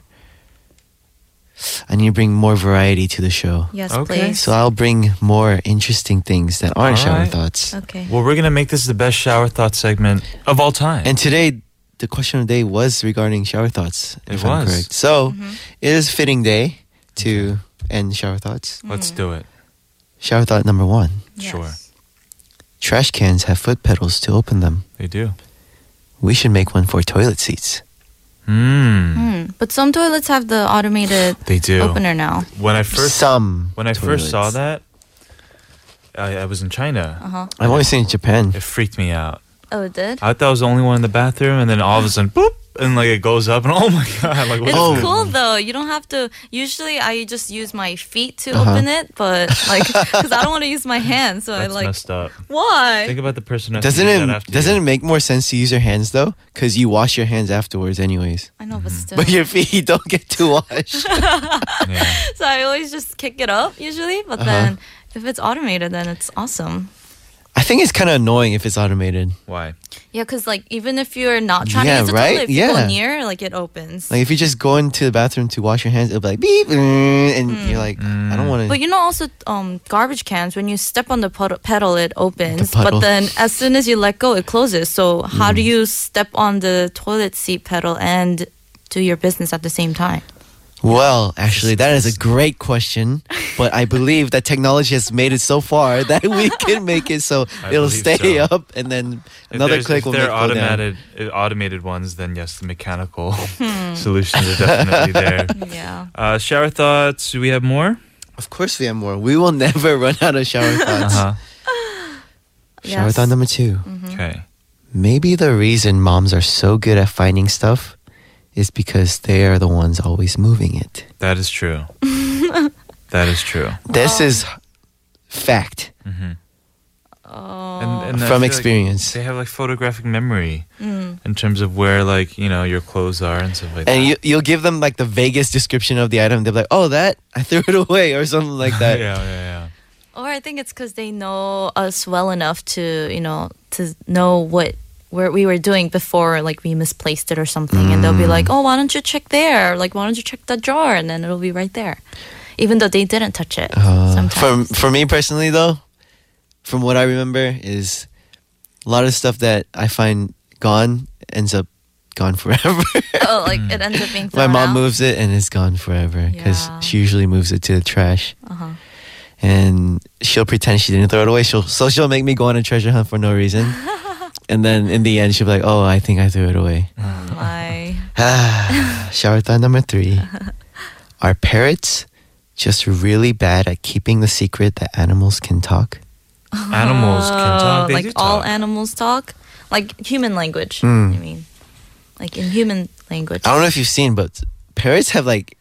Speaker 9: I need to bring more variety to the show.
Speaker 6: Yes,
Speaker 2: Okay.
Speaker 6: please.
Speaker 9: So I'll bring more interesting things that aren't shower
Speaker 2: Alright.
Speaker 9: thoughts.
Speaker 6: Okay.
Speaker 2: Well, we're gonna make this the best shower thought segment of all time.
Speaker 9: And today, the question of the day was regarding shower thoughts,
Speaker 2: It
Speaker 9: if I'm
Speaker 2: was.
Speaker 9: correct. So it is a fitting day to end shower thoughts.
Speaker 6: Mm.
Speaker 2: Let's do it.
Speaker 9: Shower thought number one
Speaker 2: Sure,
Speaker 9: trash cans have foot pedals to open them.
Speaker 2: they do.
Speaker 9: We should make one for toilet seats.
Speaker 2: Hmm.
Speaker 6: Hmm. But some toilets have the automated
Speaker 2: They
Speaker 7: Oh.
Speaker 2: do.
Speaker 6: opener now.
Speaker 2: When I first
Speaker 9: Some.
Speaker 2: when I first saw that,
Speaker 9: toilets.
Speaker 2: I, I was in China.
Speaker 6: Uh-huh.
Speaker 9: I've only seen it in Japan.
Speaker 2: It freaked me out.
Speaker 6: Oh, it did?
Speaker 2: I thought I was the only one in the bathroom, and then all of a sudden, boop, and like it goes up, and oh my god, like what
Speaker 6: It's
Speaker 2: is this?
Speaker 6: cool though. You don't have to. Usually, I just use my feet to open it, but like, because I don't want to use my hands, so
Speaker 2: That's
Speaker 6: I like.
Speaker 2: messed up.
Speaker 6: Why?
Speaker 2: Think about the person. who has to
Speaker 9: Doesn't
Speaker 2: do that after
Speaker 9: it
Speaker 2: you.
Speaker 9: doesn't it make more sense to use your hands though? Because you wash your hands afterwards, anyways.
Speaker 6: I know, but still.
Speaker 9: But your feet don't get to wash.
Speaker 2: Yeah.
Speaker 6: so
Speaker 9: Uh-huh.
Speaker 6: I always just kick it up usually, but then if it's automated, then it's awesome.
Speaker 9: I think it's kind of annoying if it's automated.
Speaker 2: Why?
Speaker 6: Yeah, because like even if you're not trying
Speaker 9: Yeah,
Speaker 6: to use the
Speaker 9: right?
Speaker 6: toilet, if you go
Speaker 9: Yeah.
Speaker 6: near, like it opens.
Speaker 9: Like if you just go into the bathroom to wash your hands, it'll be like beep, mm, and you're like, I don't
Speaker 2: Mm.
Speaker 9: want to.
Speaker 6: But you know, also um, garbage cans. When you step on the pud- pedal, it opens. but
Speaker 9: puddle.
Speaker 6: then, as soon as you let go, it closes. So how do you step on the toilet seat pedal and do your business at the same time?
Speaker 9: Well, actually, that is a great question, but I believe that technology has made it so far that we can make it so
Speaker 2: I believe
Speaker 9: it'll stay
Speaker 2: so.
Speaker 9: up, and then
Speaker 2: If there's-
Speaker 9: another
Speaker 2: if
Speaker 9: click will make
Speaker 2: they're
Speaker 9: it go down.
Speaker 2: automated uh, automated ones, then yes, the mechanical solutions are definitely there.
Speaker 6: Yeah.
Speaker 2: Uh, shower thoughts. Do we have more?
Speaker 9: Of course, we have more. We will never run out of shower thoughts.
Speaker 2: Uh huh.
Speaker 9: Shower thought number 2
Speaker 6: Mm-hmm.
Speaker 2: Okay.
Speaker 9: Maybe the reason moms are so good at finding stuff is because they are the ones always moving it.
Speaker 2: That is true. that is true.
Speaker 9: This is fact.
Speaker 2: And, and I
Speaker 9: From
Speaker 2: feel like
Speaker 9: experience.
Speaker 2: they have like photographic memory
Speaker 6: Mm.
Speaker 2: in terms of where like you know your clothes are and stuff like
Speaker 9: And
Speaker 2: that.
Speaker 9: you, you'll give them like the vaguest description of the item. They'll be like, oh, that? I threw it away or something like
Speaker 2: yeah,
Speaker 9: that.
Speaker 2: yeah, yeah.
Speaker 6: Or I think it's because they know us well enough to you know to know what where we were doing before, like we misplaced it or something, and they'll be
Speaker 9: Mm.
Speaker 6: like, "Oh, why don't you check there? Like, why don't you check that drawer?" And then it'll be right there, even though they didn't touch it. sometimes.
Speaker 9: Uh, From for me personally though, from what I remember is a lot of stuff that I find gone ends up gone forever.
Speaker 6: oh, like it ends up being
Speaker 9: My
Speaker 6: thrown out?
Speaker 9: mom moves it and it's gone forever because
Speaker 6: Yeah. Uh-huh.
Speaker 9: she usually moves it to the trash. And she'll pretend she didn't throw it away. She'll so she'll make me go on a treasure hunt for no reason. and then in the end she'll be like, "Oh, I think I threw it away."
Speaker 6: My
Speaker 9: Shower thought number 3. Are parrots just really bad at keeping the secret that animals can talk?
Speaker 2: Animals can talk. They
Speaker 6: Oh, like
Speaker 2: do talk.
Speaker 6: all animals talk, like human language. I mean, like in human language.
Speaker 9: I don't know if you've seen, but parrots have like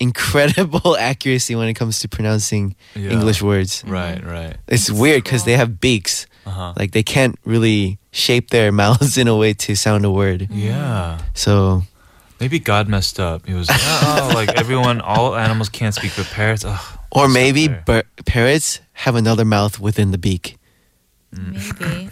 Speaker 9: incredible accuracy when it comes to pronouncing
Speaker 2: Yeah.
Speaker 9: English words.
Speaker 2: right, right.
Speaker 9: It's weird because they have beaks.
Speaker 2: Uh-huh.
Speaker 9: Like they can't really shape their mouths in a way to sound a word.
Speaker 2: Yeah.
Speaker 9: So
Speaker 2: Maybe God messed up. He was like, oh, like everyone, all animals can't speak, but parrots. Ugh.
Speaker 9: or maybe
Speaker 2: there.
Speaker 9: bir- parrots have another mouth within the beak.
Speaker 6: Maybe.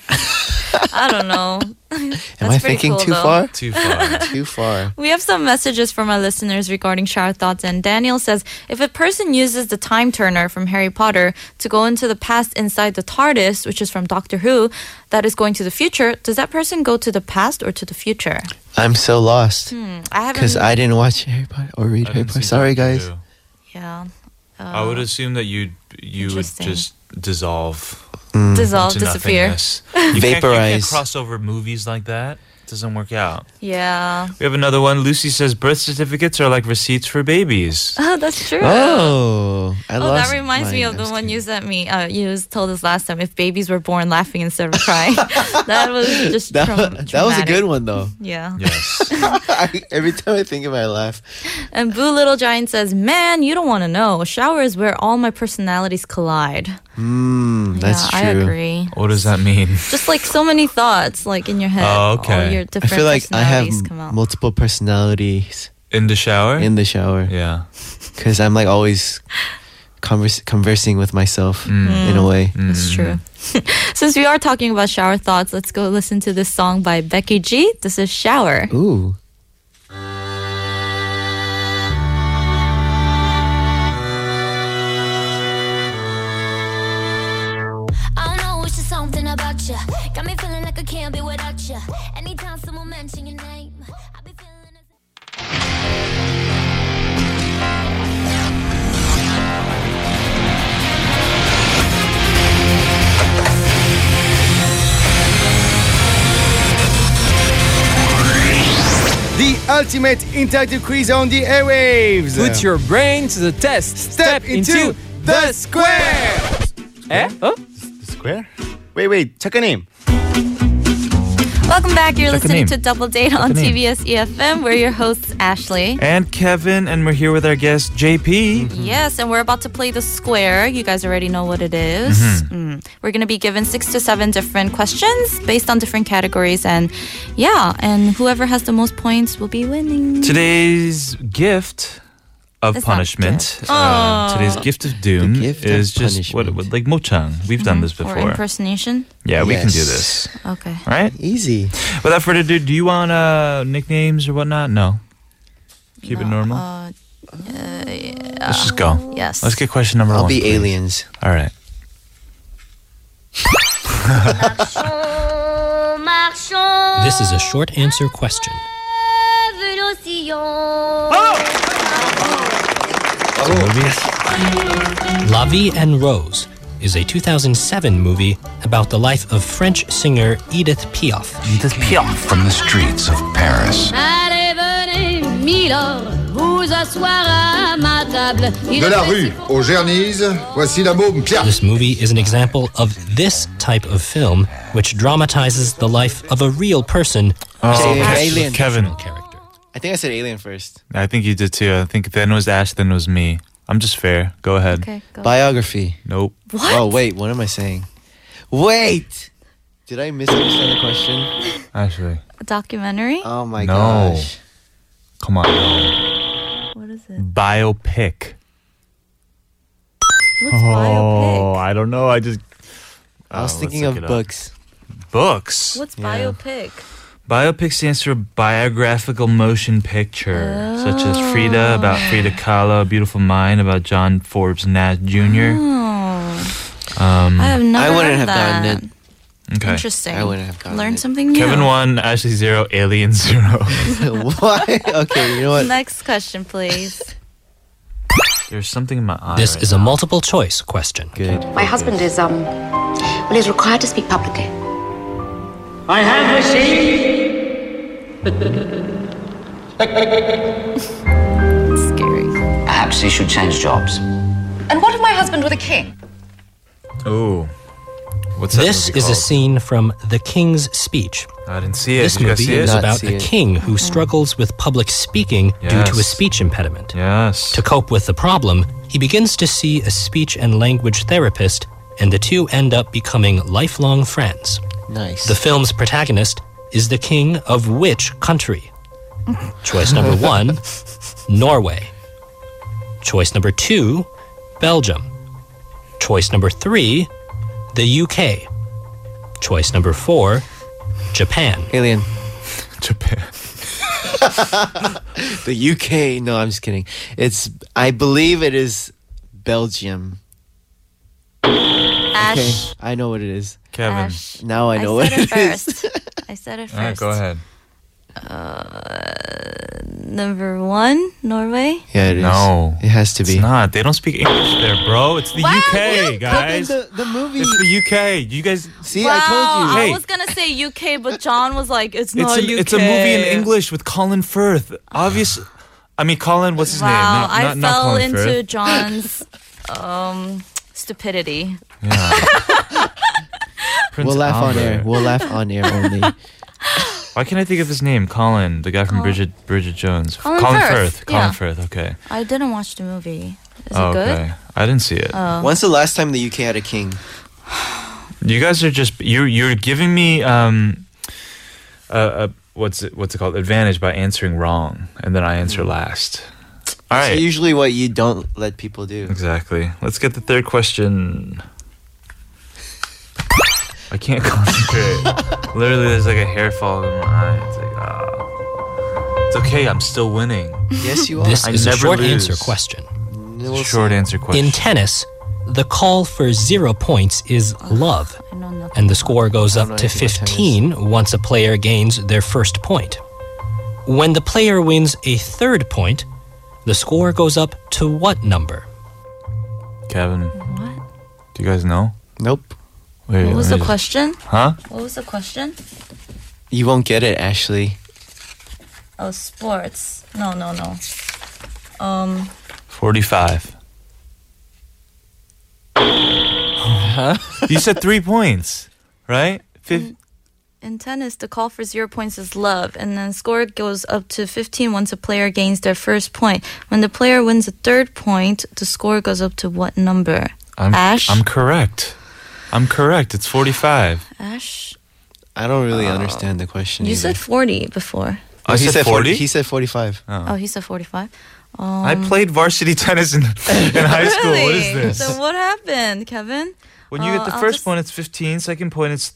Speaker 6: I don't know.
Speaker 9: Am
Speaker 6: That's
Speaker 9: I
Speaker 6: pretty
Speaker 9: thinking
Speaker 6: cool,
Speaker 9: too
Speaker 6: though.
Speaker 9: far?
Speaker 2: Too far.
Speaker 9: Too far.
Speaker 6: We have some messages from our listeners regarding shower thoughts, and Daniel says if a person uses the time turner from Harry Potter to go into the past inside the TARDIS, which is from Doctor Who, that is going to the future, does that person go to the past or to the future?
Speaker 9: I'm so lost
Speaker 6: Hmm, I haven't.
Speaker 9: because I didn't watch Harry Potter or read
Speaker 2: I
Speaker 9: Harry
Speaker 2: didn't
Speaker 9: Potter.
Speaker 2: see
Speaker 9: Sorry,
Speaker 2: Doctor
Speaker 9: guys.
Speaker 2: Who.
Speaker 6: yeah.
Speaker 2: I would assume that you you would
Speaker 6: Oh. Interesting.
Speaker 2: just dissolve,
Speaker 6: dissolve,
Speaker 2: into
Speaker 6: disappear.
Speaker 2: nothingness. You can't- you can't
Speaker 9: Vaporize.
Speaker 2: cross over movies like that. It doesn't work out.
Speaker 6: Yeah.
Speaker 2: We have another one. Lucy says birth certificates are like receipts for babies.
Speaker 6: Oh, that's true.
Speaker 9: Oh, I
Speaker 6: Oh,
Speaker 9: lost.
Speaker 6: that reminds me of
Speaker 9: mine. I
Speaker 6: the
Speaker 9: was
Speaker 6: one
Speaker 9: kidding.
Speaker 6: you sent me. Uh, you was told us last time if babies were born laughing instead of crying. that was just
Speaker 9: That,
Speaker 6: traum-
Speaker 9: that was a
Speaker 6: traumatic.
Speaker 9: good one though.
Speaker 6: Yeah.
Speaker 2: Yes.
Speaker 9: I, every time I think of it, I laugh.
Speaker 6: And Boo Little Giant says, "Man, you don't want to know. Shower is where all my personalities collide."
Speaker 9: Mm, that's
Speaker 6: yeah,
Speaker 9: true.
Speaker 6: I agree.
Speaker 2: what does that mean?
Speaker 6: Just like so many thoughts, like in your head,
Speaker 2: Oh,
Speaker 6: all
Speaker 2: okay.
Speaker 6: your
Speaker 9: I
Speaker 6: different
Speaker 9: feel like I have
Speaker 6: personalities come out.
Speaker 9: multiple personalities
Speaker 2: In the shower?
Speaker 9: in the shower
Speaker 2: yeah.
Speaker 9: because I'm like always convers- conversing with myself
Speaker 2: Hmm.
Speaker 9: in a way.
Speaker 6: That's true. Since we are talking about shower thoughts, let's go listen to this song by Becky G. This is Shower.
Speaker 9: Ooh.
Speaker 4: I know it's just something about you. Got me feeling like I can't be without you. Anytime someone mention your name, I be feeling. as-
Speaker 13: The ultimate interactive quiz on the airwaves.
Speaker 14: Put your brain to the test.
Speaker 13: step into the square.
Speaker 14: Eh? Oh?
Speaker 13: Square? Wait, wait, 작가님.
Speaker 6: Welcome back. You're
Speaker 2: Check the
Speaker 6: listening
Speaker 2: name.
Speaker 6: to Double Date on
Speaker 2: the name.
Speaker 6: TBS EFM. E We're your hosts, Ashley.
Speaker 2: And Kevin, and we're here with our guest, JP.
Speaker 9: Mm-hmm.
Speaker 6: Yes, and we're about to play the square. You guys already know what it is.
Speaker 2: Mm-hmm.
Speaker 6: Mm. We're going to be given six to seven different questions based on different categories. And yeah, and whoever has the most points will be winning.
Speaker 2: Today's gift of
Speaker 6: That's not
Speaker 2: punishment.
Speaker 6: good.
Speaker 2: Uh,
Speaker 6: Oh.
Speaker 2: today's gift of doom is just what it would like mochang. We've done this
Speaker 6: Or
Speaker 2: before.
Speaker 6: impersonation?
Speaker 2: yeah, we can do
Speaker 9: Yes.
Speaker 2: this.
Speaker 6: Okay.
Speaker 2: All right,
Speaker 9: easy.
Speaker 2: Without further ado, do you want uh, nicknames or whatnot? No. Keep it normal.
Speaker 6: Uh, uh,
Speaker 2: Let's just go.
Speaker 6: Yes.
Speaker 2: Let's get question number
Speaker 9: I'll
Speaker 2: one.
Speaker 9: be
Speaker 2: please.
Speaker 9: aliens.
Speaker 2: All right.
Speaker 15: This is a short answer question.
Speaker 9: Oh!
Speaker 15: Lavi and Rose is a 2007 movie about the life of French singer Edith Piaf. Edith Piaf from the streets of Paris.
Speaker 16: Allez, venez, Milord, vous asseoir à ma table. Il
Speaker 17: De la
Speaker 16: fait-
Speaker 17: rue aux Gernises, voici la môme Pierre.
Speaker 15: This movie is an example of this type of film, which dramatizes the life of a real person.
Speaker 2: Oh,
Speaker 9: Say
Speaker 2: Kevin.
Speaker 9: alien.
Speaker 2: Kevin.
Speaker 9: I think I said alien first.
Speaker 2: I think you did too. I think then was Ash, then was me. I'm just fair. Go ahead.
Speaker 9: Okay, go. Oh. Biography.
Speaker 2: Nope.
Speaker 9: What? Oh wait, what am I saying? Wait. Did I misunderstand the question?
Speaker 2: Ashley.
Speaker 6: A documentary?
Speaker 9: Oh my
Speaker 2: no.
Speaker 9: gosh.
Speaker 2: Come on. No.
Speaker 6: What is it?
Speaker 2: Biopic.
Speaker 6: What's
Speaker 2: oh,
Speaker 6: biopic?
Speaker 2: I don't know. I just.
Speaker 9: I was
Speaker 2: Oh, let's
Speaker 9: thinking
Speaker 2: look
Speaker 9: of
Speaker 2: it up.
Speaker 9: books.
Speaker 2: Books.
Speaker 6: What's biopic?
Speaker 2: Biopic stands for biographical motion picture, such as
Speaker 6: Oh.
Speaker 2: Frida about Frida Kahlo, A Beautiful Mind about John Forbes Nash
Speaker 6: Mm,
Speaker 2: Jr.
Speaker 6: Oh,
Speaker 2: Um,
Speaker 6: I have never heard that.
Speaker 2: it. Okay.
Speaker 6: Interesting. Learn something new.
Speaker 2: Kevin one, Ashley zero, Alien zero.
Speaker 9: what? Okay, you know
Speaker 6: Next question, please.
Speaker 2: There's something in my eye.
Speaker 15: This is a multiple choice question.
Speaker 2: Good.
Speaker 18: My husband is, um, well, he's required to speak publicly.
Speaker 19: I have received.
Speaker 18: Scary.
Speaker 19: Perhaps he should change jobs.
Speaker 18: And what of my husband with a king?
Speaker 2: Oh. What's that
Speaker 15: this
Speaker 2: movie
Speaker 15: is a
Speaker 2: called?
Speaker 15: scene from The King's Speech.
Speaker 2: I didn't see it.
Speaker 15: This
Speaker 2: Did you guys
Speaker 15: movie
Speaker 2: see
Speaker 15: is
Speaker 2: it?
Speaker 15: about a king who struggles with public speaking due to a
Speaker 2: Yes.
Speaker 15: speech impediment.
Speaker 2: Yes.
Speaker 15: To cope with the problem, he begins to see a speech and language therapist, and the two end up becoming lifelong friends.
Speaker 9: Nice.
Speaker 15: The film's protagonist is the king of which country? Choice number one, Norway. Choice number two, Belgium. Choice number three, the UK. Choice number four, Japan.
Speaker 9: Alien.
Speaker 2: Japan.
Speaker 9: the UK. No, I'm just kidding. It's I believe it is Belgium.
Speaker 6: Ash.
Speaker 9: Okay, I know what it is.
Speaker 2: Kevin.
Speaker 6: Ash.
Speaker 9: Now I know
Speaker 6: I
Speaker 9: what
Speaker 6: said it
Speaker 9: it is.
Speaker 6: first. I said it first.
Speaker 2: All right, go ahead.
Speaker 6: Number one, Norway.
Speaker 9: Yeah, it is.
Speaker 2: No.
Speaker 9: It has to be.
Speaker 2: It's not. They don't speak English there, bro. It's the
Speaker 6: Wow,
Speaker 2: UK,
Speaker 6: yeah,
Speaker 2: guys.
Speaker 6: but
Speaker 9: the movie.
Speaker 2: It's the UK. You guys.
Speaker 9: See,
Speaker 6: wow,
Speaker 2: Hey,
Speaker 6: I was gonna say UK, but John was like, "It's
Speaker 2: it's,
Speaker 6: not
Speaker 2: a,
Speaker 6: UK."
Speaker 2: it's a movie in English with Colin Firth. Obvious. I mean, Colin, what's his
Speaker 6: Wow,
Speaker 2: name? Not, not,
Speaker 6: I
Speaker 2: not
Speaker 6: fell
Speaker 2: Colin
Speaker 6: into
Speaker 2: Firth.
Speaker 6: John's um, stupidity.
Speaker 2: Prince
Speaker 9: we'll laugh on
Speaker 2: Albert.
Speaker 9: air. We'll laugh on air only.
Speaker 2: Why can't I think of his name? Colin, the guy from Bridget Bridget Jones.
Speaker 6: Colin Firth,
Speaker 2: Firth. Colin
Speaker 6: yeah.
Speaker 2: Firth. Okay.
Speaker 6: I didn't watch the movie. Is
Speaker 2: Oh,
Speaker 6: it good?
Speaker 2: okay. I didn't see it.
Speaker 6: Oh.
Speaker 9: When's the last time the UK had a king?
Speaker 2: You guys are just you're you're giving me um uh, uh what's it what's it called advantage by answering wrong and then I answer last. All
Speaker 9: It's
Speaker 2: right.
Speaker 9: usually what you don't let people do.
Speaker 2: Exactly. Let's get the third question. I can't concentrate. Literally, there's like a hair fall in my eye. It's like ah. It's okay. I'm still winning.
Speaker 9: Yes, you
Speaker 15: This
Speaker 2: I
Speaker 15: is a
Speaker 2: never
Speaker 15: short
Speaker 2: lose.
Speaker 15: answer question.
Speaker 2: It's a short answer question.
Speaker 15: In tennis, the call for zero points is love, and the score goes up to 15 once a player gains their first point. When the player wins a third point, the score goes up to what number?
Speaker 2: Kevin. What? Do you guys know?
Speaker 9: Nope.
Speaker 2: Wait,
Speaker 6: What was
Speaker 2: let me
Speaker 6: the
Speaker 2: just-
Speaker 6: question?
Speaker 2: Huh?
Speaker 6: What was the question?
Speaker 9: You won't get it, Ashley.
Speaker 6: Oh, sports. No, no, no. Um,
Speaker 2: 45. huh? you said three points, right? Fif-
Speaker 6: in tennis, the call for zero points is love, and then score goes up to 15 once a player gains their first point. When the player wins a third point, the score goes up to what number?
Speaker 2: I'm,
Speaker 6: Ash?
Speaker 2: I'm correct. I'm correct. It's 45.
Speaker 6: Ash,
Speaker 9: I don't really understand the question.
Speaker 6: you
Speaker 9: either.
Speaker 6: said 40 before.
Speaker 2: I
Speaker 9: he
Speaker 2: Uh, Oh, said
Speaker 9: said 40.
Speaker 2: 40?
Speaker 9: He said 45.
Speaker 6: Oh, he said 45.
Speaker 2: I played varsity tennis in, in high school. What is
Speaker 6: Really?
Speaker 2: this?
Speaker 6: So what happened, Kevin?
Speaker 2: When you
Speaker 6: Uh,
Speaker 2: get the
Speaker 6: I'll
Speaker 2: first
Speaker 6: just-
Speaker 2: point, it's 15. Second point, it's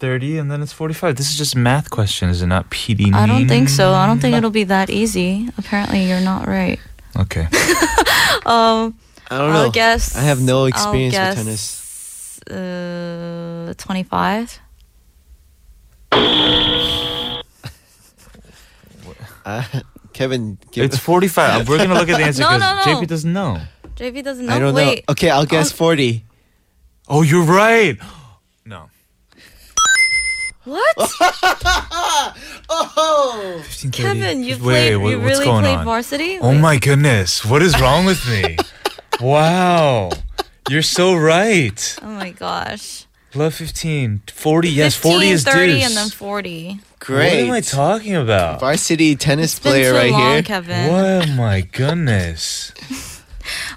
Speaker 2: 30, and then it's 45. This is just a math question, is it not, PD?
Speaker 6: I don't think so. I don't think it'll be that easy. Apparently, you're not right.
Speaker 2: Okay.
Speaker 6: Um,
Speaker 9: I don't
Speaker 6: I'll
Speaker 9: know.
Speaker 6: guess.
Speaker 9: I have no
Speaker 6: I'll
Speaker 9: experience with
Speaker 6: guess,
Speaker 9: tennis.
Speaker 6: Uh, twenty-five.
Speaker 9: Uh, Kevin, give
Speaker 2: It's 45. We're going to look at the answer
Speaker 6: No,
Speaker 2: because
Speaker 6: no, no.
Speaker 2: JP doesn't know.
Speaker 6: JP doesn't know.
Speaker 9: I don't
Speaker 6: Wait.
Speaker 9: know. Uh, Okay, I'll guess 40.
Speaker 2: Oh, you're right. No.
Speaker 6: What?
Speaker 9: oh,
Speaker 2: 15, 30.
Speaker 6: Kevin, you
Speaker 2: Wait,
Speaker 6: played.
Speaker 2: wait,
Speaker 6: you
Speaker 2: what's
Speaker 6: really
Speaker 2: going
Speaker 6: played
Speaker 2: on?
Speaker 6: varsity.
Speaker 2: Oh my goodness. What is wrong with me? wow. You're so right.
Speaker 6: Oh my gosh.
Speaker 2: Love 15. 40. Yes, 40
Speaker 6: 15,
Speaker 2: is
Speaker 6: 30
Speaker 2: deuce.
Speaker 6: and then 40.
Speaker 2: What am I
Speaker 9: great.
Speaker 2: talking about?
Speaker 9: Varsity tennis
Speaker 6: been
Speaker 9: player
Speaker 6: too
Speaker 9: right
Speaker 6: long,
Speaker 9: here.
Speaker 6: Kevin.
Speaker 2: Oh my goodness.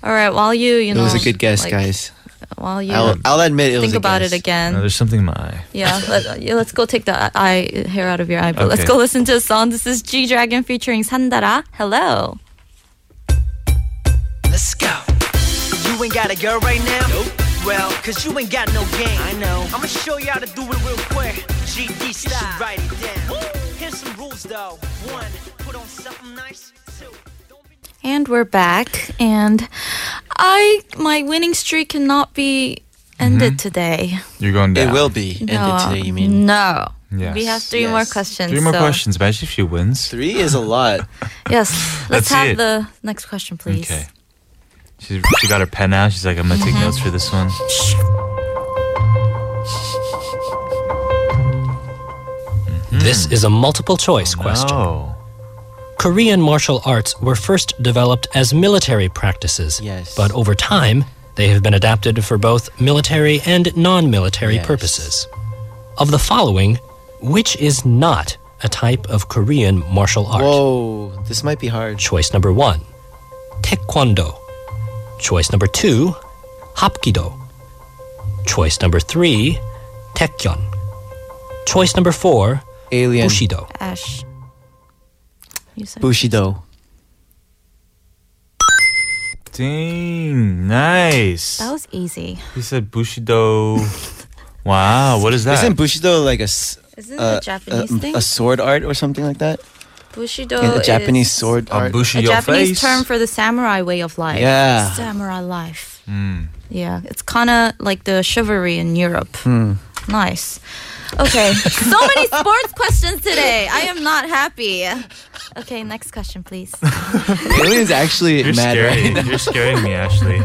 Speaker 6: All right, while you, you
Speaker 9: It
Speaker 6: know.
Speaker 9: was a good guess,
Speaker 6: like,
Speaker 9: guys.
Speaker 6: While you
Speaker 9: I'll, I'll admit it was
Speaker 6: think
Speaker 9: a
Speaker 6: about
Speaker 9: guess.
Speaker 6: it again.
Speaker 2: No, there's something in my eye.
Speaker 6: Yeah, let, yeah, let's go take the eye hair out of your eyeball. Let's
Speaker 2: Okay.
Speaker 6: go listen to a song. This is G Dragon featuring Sandara. Hello.
Speaker 20: Let's go. You ain't got a girl right now? Nope. Well, cause you ain't got no game. I know. I'ma show you how to do it real quick. GD style. You should write it down. Here's some rules though. One, put on something nice.
Speaker 6: And we're back. And I, my winning streak cannot be
Speaker 2: Mm-hmm.
Speaker 6: ended today.
Speaker 2: You're going down.
Speaker 9: It will be ended
Speaker 6: No,
Speaker 9: today, you mean?
Speaker 6: No.
Speaker 2: Yes.
Speaker 6: We have three more questions.
Speaker 2: Three more
Speaker 6: so-
Speaker 2: questions. Imagine if she wins.
Speaker 9: Three is a lot.
Speaker 6: Yes. Let's
Speaker 2: That's
Speaker 6: have
Speaker 2: it.
Speaker 6: the next question, please.
Speaker 2: Okay. She's, she got her pen now. She's like, I'm going to
Speaker 6: Mm-hmm.
Speaker 2: take notes for this one.
Speaker 15: This is a multiple choice question.
Speaker 2: Oh,
Speaker 9: Oh.
Speaker 15: Korean martial arts were first developed as military practices,
Speaker 9: Yes.
Speaker 15: but over time, they have been adapted for both military and non military
Speaker 9: Yes.
Speaker 15: purposes. Of the following, which is not a type of Korean martial art?
Speaker 9: Whoa, this might be hard.
Speaker 15: Choice number one, Taekwondo. Choice number two, Hapkido. Choice number three, Taekyon. Choice number four,
Speaker 9: Alien.
Speaker 15: Bushido.
Speaker 6: Ash. You said.
Speaker 9: Bushido.
Speaker 2: Dang. Nice.
Speaker 6: That was easy.
Speaker 2: He said Bushido. wow. What is that?
Speaker 9: Isn't Bushido like a s-
Speaker 6: Isn't it
Speaker 9: uh,
Speaker 6: a Japanese thing?
Speaker 9: a sword art or something like that?
Speaker 6: Bushido
Speaker 9: Yeah, the Japanese
Speaker 6: Oh, is
Speaker 9: sword
Speaker 2: a
Speaker 9: art.
Speaker 2: bushi
Speaker 6: a
Speaker 2: your
Speaker 6: Japanese
Speaker 2: face?
Speaker 6: term for the samurai way of life.
Speaker 9: Yeah.
Speaker 6: Samurai life.
Speaker 2: Mm.
Speaker 9: Hmm.
Speaker 6: Yeah. It's kind of like the chivalry in Europe. Nice. Okay. so many sports questions today. I am not happy. Okay, next question, please.
Speaker 9: Alien's actually
Speaker 2: You're
Speaker 9: mad
Speaker 2: scary.
Speaker 9: right now.
Speaker 2: You're scaring me, Ashley.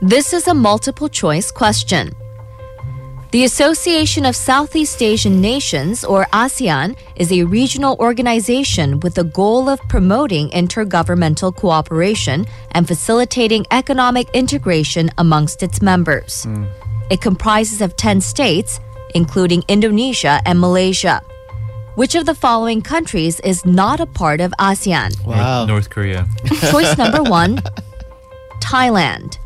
Speaker 3: This is a multiple choice question. The Association of Southeast Asian Nations, or ASEAN, is a regional organization with the goal of promoting intergovernmental cooperation and facilitating economic integration amongst its members. It comprises of 10 states, including Indonesia and Malaysia. Which of the following countries is not a part of ASEAN?
Speaker 9: Wow.
Speaker 2: North Korea.
Speaker 3: Choice number one, Thailand.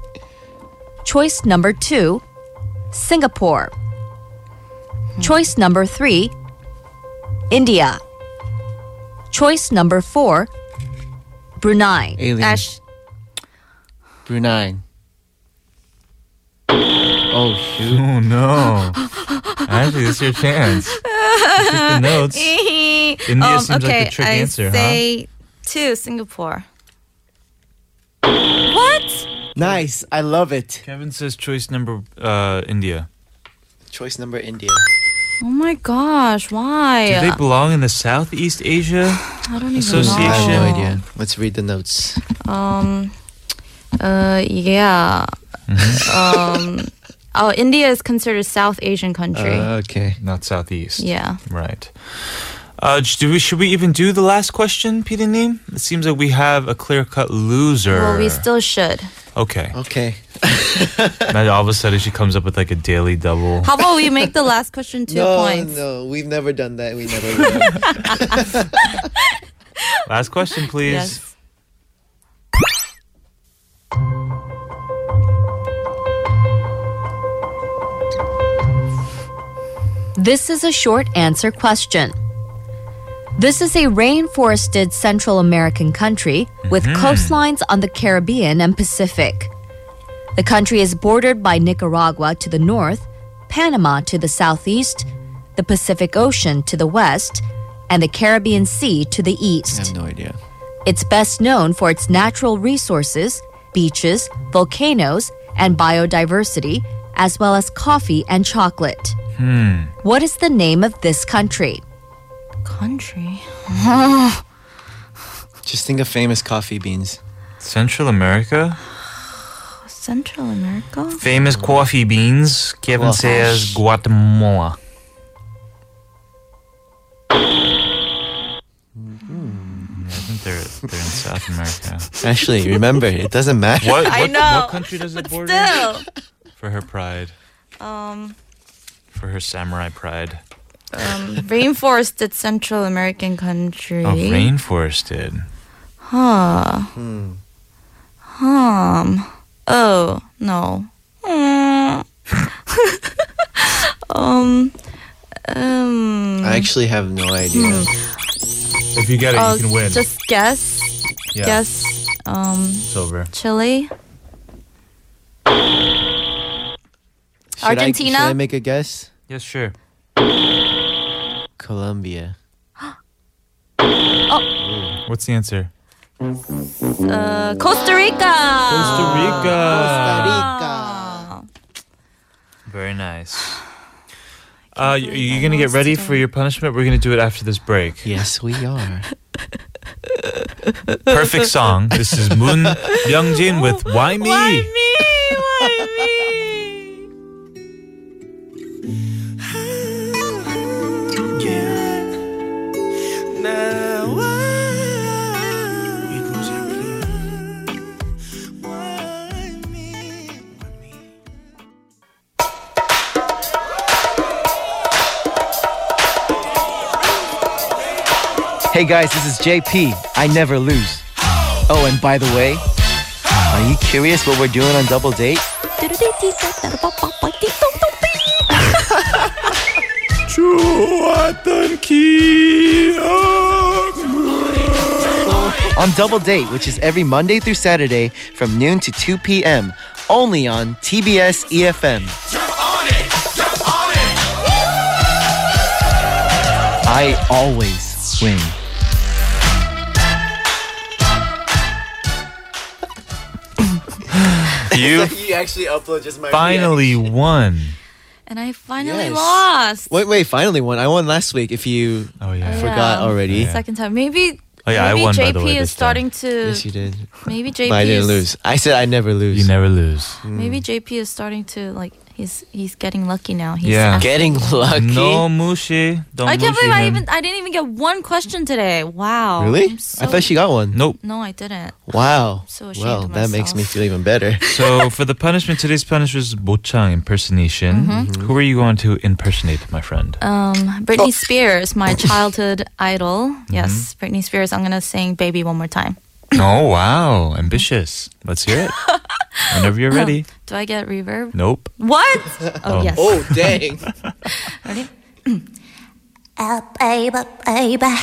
Speaker 3: Choice number two, Singapore. Choice number three, India. Choice number four, Brunei.
Speaker 9: Alien.
Speaker 6: Ash.
Speaker 9: Brunei. Oh shoot.
Speaker 2: Oh, no. Ashley, this is your chance. You took the notes. India
Speaker 6: Um,
Speaker 2: seems like the
Speaker 6: okay,
Speaker 2: trick
Speaker 6: I
Speaker 2: answer, huh?
Speaker 6: say two, Singapore. What?
Speaker 9: Nice. I love it.
Speaker 2: Kevin says choice number uh, India.
Speaker 9: Choice number India.
Speaker 6: Oh my gosh, why?
Speaker 2: Do they belong in the Southeast Asia?
Speaker 6: I don't even
Speaker 2: Association?
Speaker 9: I have no
Speaker 6: know.
Speaker 9: idea. Let's read the notes.
Speaker 6: Um, uh, yeah. um, oh, India is considered a South Asian country.
Speaker 9: Uh, okay.
Speaker 2: Not Southeast.
Speaker 6: yeah.
Speaker 2: Right. Uh, j- do we should we even do the last question, Peter Neem? It seems like we have a clear cut loser.
Speaker 6: Well, we still should.
Speaker 2: okay.
Speaker 9: Okay.
Speaker 2: now all of a sudden she comes up with like a daily double.
Speaker 6: How about we make the last question two
Speaker 9: no,
Speaker 6: points?
Speaker 9: no, we've never done that. We never. will.
Speaker 2: Last question, please.
Speaker 6: Yes.
Speaker 3: This is a short answer question. This is a rainforested Central American country with
Speaker 21: Mhm.
Speaker 3: coastlines on the Caribbean and Pacific. The country is bordered by Nicaragua to the north, Panama to the southeast, the Pacific Ocean to the west, and the Caribbean Sea to the east.
Speaker 22: I have no idea.
Speaker 3: It's best known for its natural resources, beaches, volcanoes, and biodiversity, as well as coffee and chocolate.
Speaker 21: Hmm.
Speaker 3: What is the name of this country?
Speaker 6: Country?
Speaker 9: Just think of famous coffee beans.
Speaker 2: Central America?
Speaker 6: Central America?
Speaker 2: Famous coffee beans. Kevin
Speaker 6: Well,
Speaker 2: says Guatemala. Yeah, I think they're, they're in South America.
Speaker 9: Ashley, remember, it doesn't matter.
Speaker 2: What,
Speaker 6: I
Speaker 2: what-
Speaker 6: know.
Speaker 2: what country does it border?
Speaker 6: Still.
Speaker 2: For her pride.
Speaker 6: Um,
Speaker 2: For her samurai pride.
Speaker 6: um, rainforested Central American country.
Speaker 2: Oh, rainforested.
Speaker 6: Huh. Um. Oh no. Mm. um. Um.
Speaker 9: I actually have no idea.
Speaker 2: If you get
Speaker 6: oh, Just guess.
Speaker 9: Yeah.
Speaker 6: Guess. Um.
Speaker 2: Silver.
Speaker 6: Chile.
Speaker 9: Should I-
Speaker 6: Argentina?
Speaker 9: should I make a guess?
Speaker 2: Yes, sure.
Speaker 9: Colombia.
Speaker 2: What's the answer?
Speaker 6: Uh, Costa Rica. Ah.
Speaker 2: Costa Rica.
Speaker 6: Costa
Speaker 2: Very nice. Uh, y- you going to get ready for your punishment? We're going to do it after this break.
Speaker 9: Yes, we are.
Speaker 2: Perfect song. This is Moon Youngjin with Why Me?
Speaker 22: Hey guys, this is JP. I never lose. Oh, and by the way,
Speaker 9: Are you curious what we're doing on Double Date?
Speaker 21: 좋았던 기억.
Speaker 9: On Double Date, which is every Monday through Saturday from noon to 2 p.m., only on TBS EFM. I always win.
Speaker 2: You
Speaker 9: you actually upload just my
Speaker 2: finally won.
Speaker 6: And I finally
Speaker 9: Yes.
Speaker 6: lost.
Speaker 9: Wait, wait, finally won. I won last week if you
Speaker 2: oh, yeah.
Speaker 9: forgot
Speaker 6: Yeah.
Speaker 9: already.
Speaker 6: Second time. Maybe.
Speaker 9: Oh, yeah, I
Speaker 6: maybe
Speaker 9: won,
Speaker 6: JP
Speaker 9: by the way,
Speaker 6: is
Speaker 9: this
Speaker 6: starting
Speaker 9: time.
Speaker 6: to.
Speaker 9: Yes, you did.
Speaker 6: Maybe
Speaker 9: But
Speaker 6: JP.
Speaker 9: I
Speaker 6: is,
Speaker 9: didn't lose. I said I never lose.
Speaker 2: You never lose.
Speaker 6: Maybe
Speaker 9: Mm.
Speaker 6: JP is starting to like. He's he's getting lucky now. He's
Speaker 2: Yeah.
Speaker 6: actually-
Speaker 9: Getting lucky.
Speaker 2: No mushi. Don't
Speaker 6: I can't
Speaker 2: mushi
Speaker 6: believe I
Speaker 2: him.
Speaker 6: even I didn't even get one question today. Wow.
Speaker 9: Really?
Speaker 6: I'm so-
Speaker 9: I thought she got one.
Speaker 2: Nope.
Speaker 6: No, I didn't.
Speaker 9: Wow.
Speaker 6: So ashamed
Speaker 9: well,
Speaker 6: of
Speaker 9: that makes
Speaker 6: myself.
Speaker 9: me feel even better.
Speaker 2: So for the punishment, today's punishment is bochang impersonation.
Speaker 6: Mhm.
Speaker 2: Who are you going to impersonate, my friend?
Speaker 6: Um, Britney Spears, my childhood idol.
Speaker 9: Mm-hmm.
Speaker 6: Yes, Britney Spears. I'm gonna sing "Baby" one more time.
Speaker 2: oh wow, ambitious. Let's hear it. Whenever you're ready.
Speaker 6: Do I get reverb?
Speaker 2: Nope.
Speaker 6: What? Oh,
Speaker 2: Oh.
Speaker 6: yes.
Speaker 2: Oh,
Speaker 9: dang.
Speaker 6: Ready?
Speaker 23: Oh, baby, baby,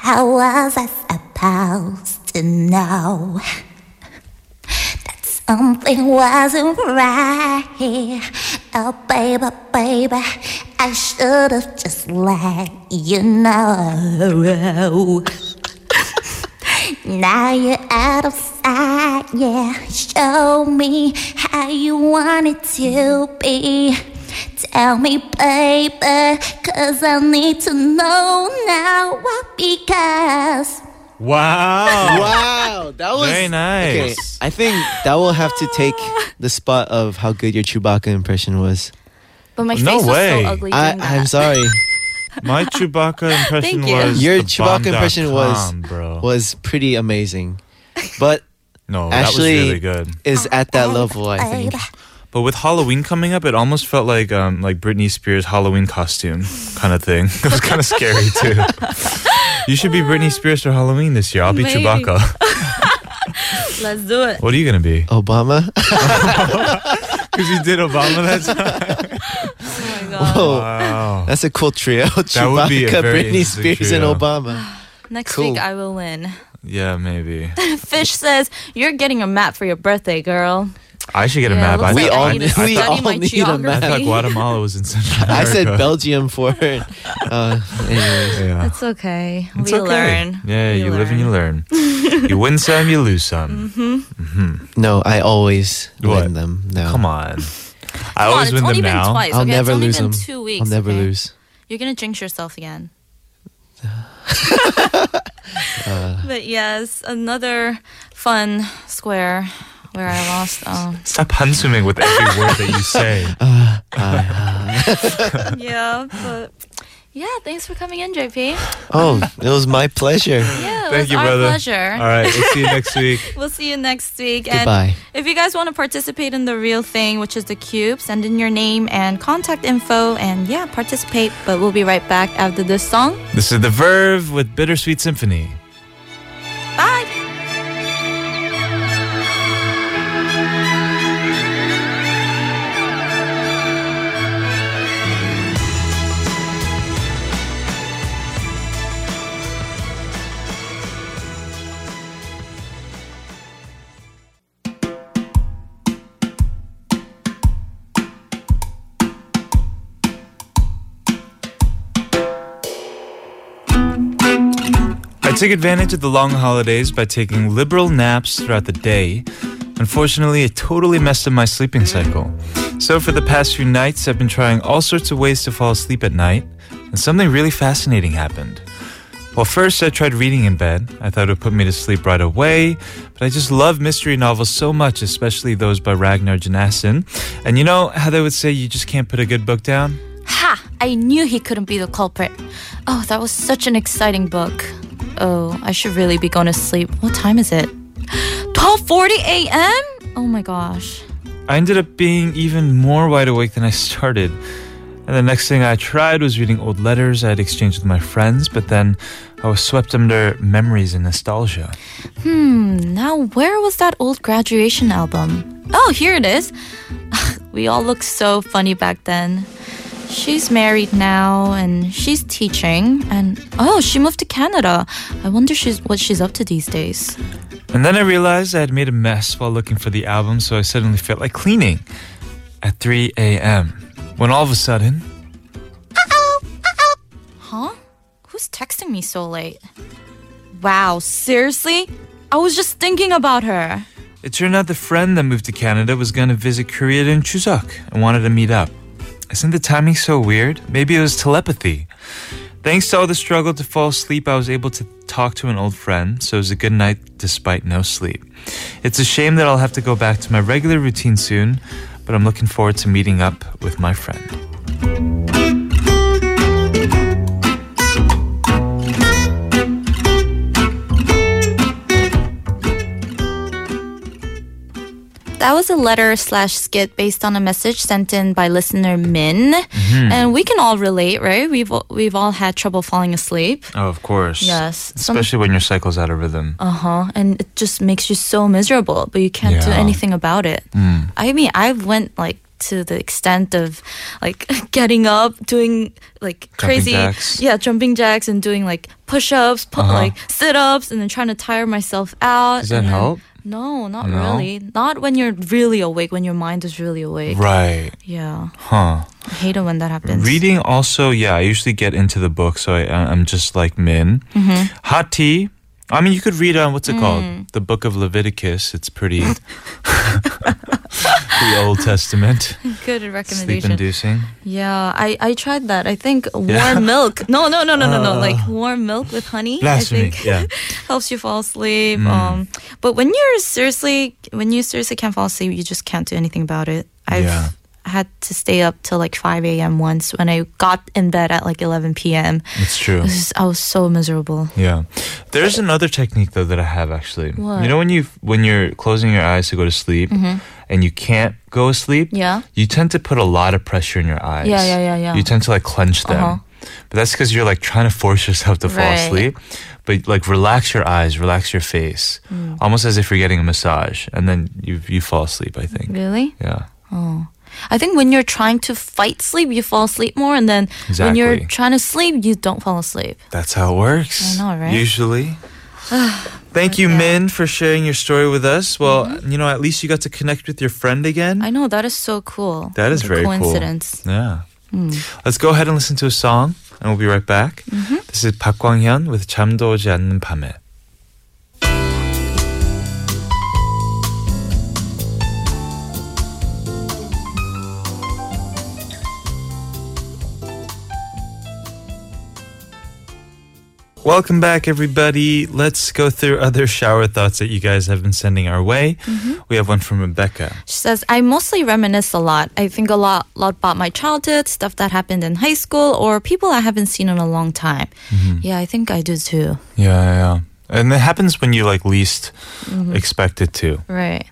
Speaker 23: how was I supposed to know that something wasn't right here? Oh, baby, baby, I should have just let you know. Now you're out of sight, yeah. Show me how you want it to be. Tell me, baby, cause I need to know now what because.
Speaker 2: Wow.
Speaker 9: wow. That was
Speaker 2: Very nice.
Speaker 9: Okay, I think that will have to take the spot of how good your Chewbacca impression was.
Speaker 6: But my face
Speaker 9: No
Speaker 6: was
Speaker 9: way.
Speaker 6: so ugly.
Speaker 9: I,
Speaker 6: doing
Speaker 9: I'm
Speaker 6: that.
Speaker 9: sorry.
Speaker 2: My Chewbacca impression
Speaker 6: Thank you. was
Speaker 9: your
Speaker 2: the
Speaker 9: Chewbacca impression was
Speaker 2: bomb.com, bro.
Speaker 9: was pretty amazing, but
Speaker 2: No, that was
Speaker 9: Ashley
Speaker 2: really good.
Speaker 9: is at that level. I think.
Speaker 2: But with Halloween coming up, it almost felt like um, like Britney Spears Halloween costume kind of thing. It was kind of scary too. you should be Britney Spears for Halloween this year. I'll be
Speaker 6: Maybe.
Speaker 2: Chewbacca.
Speaker 6: Let's do it.
Speaker 2: What are you gonna be?
Speaker 9: Obama.
Speaker 2: Because you did Obama that time.
Speaker 9: Whoa, that's a cool trio.
Speaker 2: That would be a
Speaker 9: Chewbacca,
Speaker 2: very
Speaker 9: Britney
Speaker 2: interesting
Speaker 9: Spears, and
Speaker 2: trio.
Speaker 9: Obama.
Speaker 6: Next
Speaker 2: Cool.
Speaker 6: week I will win.
Speaker 2: Yeah, maybe.
Speaker 6: Fish says, You're getting a map for your birthday, girl.
Speaker 2: I should get a
Speaker 6: Yeah,
Speaker 2: map. I
Speaker 6: looks
Speaker 2: thought-
Speaker 6: like I
Speaker 2: I
Speaker 6: need to
Speaker 2: thought-
Speaker 6: study
Speaker 2: I thought-
Speaker 6: my
Speaker 2: I thought
Speaker 6: geography.
Speaker 2: Guatemala was in Central
Speaker 9: I
Speaker 2: America.
Speaker 9: said Belgium for it. Uh, anyways.
Speaker 2: Yeah.
Speaker 6: It's okay.
Speaker 2: It's
Speaker 6: we
Speaker 2: okay.
Speaker 6: learn.
Speaker 2: Yeah, you live and you learn. you win some, you lose some.
Speaker 6: Mhm.
Speaker 9: No, I always
Speaker 2: What?
Speaker 9: win them. No.
Speaker 2: Come on. I
Speaker 6: Come on,
Speaker 2: always
Speaker 6: it's
Speaker 2: win Oh,
Speaker 6: only
Speaker 2: them
Speaker 6: been
Speaker 2: now.
Speaker 6: twice.
Speaker 9: I'll
Speaker 6: okay?
Speaker 9: never
Speaker 6: it's only
Speaker 9: lose
Speaker 6: been
Speaker 9: them.
Speaker 6: two weeks.
Speaker 9: I'll never
Speaker 6: okay?
Speaker 9: lose.
Speaker 6: You're going to jinx yourself again.
Speaker 9: Uh,
Speaker 6: But yes, another fun square where I lost. Oh.
Speaker 2: Stop unswimming with every word that you say.
Speaker 6: yeah, but yeah, thanks for coming in, JP.
Speaker 9: oh, it was my pleasure.
Speaker 6: Yeah, it
Speaker 2: Thank
Speaker 6: was
Speaker 2: you,
Speaker 6: our
Speaker 2: brother.
Speaker 6: pleasure.
Speaker 2: All right, we'll see you next week.
Speaker 6: We'll see you next week. And
Speaker 9: Goodbye.
Speaker 6: if you guys want to participate in the real thing, which is the cube, send in your name and contact info and yeah, participate. But we'll be right back after this song.
Speaker 2: This is The Verve with Bittersweet Symphony.
Speaker 6: Bye.
Speaker 2: I took advantage of the long holidays by taking liberal naps throughout the day. Unfortunately, it totally messed up my sleeping cycle. So, for the past few nights, I've been trying all sorts of ways to fall asleep at night, and something really fascinating happened. Well, first, I tried reading in bed. I thought it would put me to sleep right away, but I just love mystery novels so much, especially those by Ragnar Janasson. And you know how they would say you just can't put a good book down?
Speaker 6: Ha! I knew he couldn't be the culprit. Oh, that was such an exciting book. Oh, I should really be going to sleep. What time is it? 12:40 a.m. Oh my gosh.
Speaker 2: I ended up being even more wide awake than I started. And the next thing I tried was reading old letters I had exchanged with my friends, but then I was swept under memories and nostalgia.
Speaker 6: Hmm, now where was that old graduation album? Oh, here it is. we all looked so funny back then. She's married now and she's teaching and oh, she moved to Canada. I wonder she's what she's up to these days.
Speaker 2: And then I realized I had made a mess while looking for the album, so I suddenly felt like cleaning at 3 a.m. When all of a sudden,
Speaker 6: Huh? Who's texting me so late? Wow, seriously? I was just thinking about her.
Speaker 2: it turned out the friend that moved to Canada was going to visit Korea in Chuseok and wanted to meet up. Isn't the timing so weird? Maybe it was telepathy. Thanks to all the struggle to fall asleep, I was able to talk to an old friend, so it was a good night despite no sleep. It's a shame that I'll have to go back to my regular routine soon, but I'm looking forward to meeting up with my friend.
Speaker 6: That was a letter slash skit based on a message sent in by listener Min,
Speaker 2: Mm-hmm.
Speaker 6: and we can all relate, right? We've all- we've all had trouble falling asleep.
Speaker 2: Oh, of course.
Speaker 6: Yes. Some-
Speaker 2: Especially when your cycle's out of rhythm.
Speaker 3: Oh,
Speaker 6: Uh huh. And it just makes you so miserable, but you can't do
Speaker 2: Yeah.
Speaker 6: anything about it.
Speaker 2: Mm.
Speaker 6: I mean, I went like to the extent of like getting up, doing like crazy,
Speaker 2: jacks.
Speaker 6: yeah, jumping jacks, and doing like push ups, pu-
Speaker 2: Uh-huh.
Speaker 6: like sit ups, and then trying to tire myself out.
Speaker 2: Does that
Speaker 6: and then-
Speaker 2: help?
Speaker 6: No, not
Speaker 2: No?
Speaker 6: really. Not when you're really awake, when your mind is really awake.
Speaker 2: Right.
Speaker 6: Yeah.
Speaker 2: Huh.
Speaker 6: I hate it when that happens.
Speaker 2: Reading also, yeah, I usually get into the book, so I, I- I'm just like Min.
Speaker 6: Mhm.
Speaker 2: Hot tea. I mean, you could read on what's it
Speaker 6: Mm.
Speaker 2: called? The Book of Leviticus. It's pretty. the Old Testament.
Speaker 6: Good
Speaker 2: Sleep
Speaker 6: recommendation.
Speaker 2: inducing.
Speaker 6: Yeah, I, I tried that. I think warm
Speaker 2: Yeah.
Speaker 6: milk. No, no, no, no, no, no.
Speaker 2: Uh,
Speaker 6: Like warm milk with honey. I
Speaker 2: Blasphemy.
Speaker 6: think
Speaker 2: Yeah.
Speaker 6: helps you fall asleep.
Speaker 2: Mm.
Speaker 6: Um, but when you're seriously, when you seriously can't fall asleep, you just can't do anything about it. I've
Speaker 2: Yeah.
Speaker 6: had to stay up till like 5 a.m. once when I got in bed at like 11 p.m.
Speaker 2: It's
Speaker 6: It
Speaker 2: true.
Speaker 6: was- I was so miserable.
Speaker 2: Yeah. There's another technique though that I have actually.
Speaker 6: What?
Speaker 2: You know when you when you're closing your eyes to go to sleep
Speaker 6: Mhm.
Speaker 2: and you can't go asleep,
Speaker 6: Yeah.
Speaker 2: you tend to put a lot of pressure in your eyes.
Speaker 6: Yeah, yeah, yeah, yeah.
Speaker 2: You tend to like clench them.
Speaker 6: Uh-huh.
Speaker 2: But that's because you're like trying to force yourself to fall
Speaker 6: Right.
Speaker 2: asleep. But like relax your eyes, relax your face,
Speaker 6: Mm.
Speaker 2: almost as if you're getting a massage, and then you you fall asleep. I think.
Speaker 6: Really?
Speaker 2: Yeah.
Speaker 6: Oh.
Speaker 3: I think when you're trying to fight sleep, you fall asleep more, and then when you're
Speaker 2: Exactly.
Speaker 3: trying to sleep, you don't fall asleep.
Speaker 2: That's how it works.
Speaker 3: I know, right?
Speaker 2: Usually. Thank you, Min, for sharing your story with us. Well,
Speaker 6: Mm-hmm.
Speaker 2: you know, at least you got to connect with your friend again.
Speaker 3: I know that is so cool.
Speaker 2: That is
Speaker 3: What a
Speaker 2: very
Speaker 3: coincidence.
Speaker 2: cool. Yeah.
Speaker 3: Hmm.
Speaker 2: Let's go ahead and listen to a song, and we'll be right back. This is Park Kwang Hyun with 잠도 오지 않는 밤에. Welcome back, everybody. Let's go through other shower thoughts that you guys have been sending our way. We have one from Rebecca.
Speaker 3: She says, I mostly reminisce a lot. I think a lot, lot about my childhood, stuff that happened in high school, or people I haven't seen in a long time.
Speaker 2: Mm-hmm.
Speaker 3: Yeah, I think I do too.
Speaker 2: Yeah, yeah. And it happens when you like least
Speaker 3: Mhm.
Speaker 2: expect it to.
Speaker 3: Right.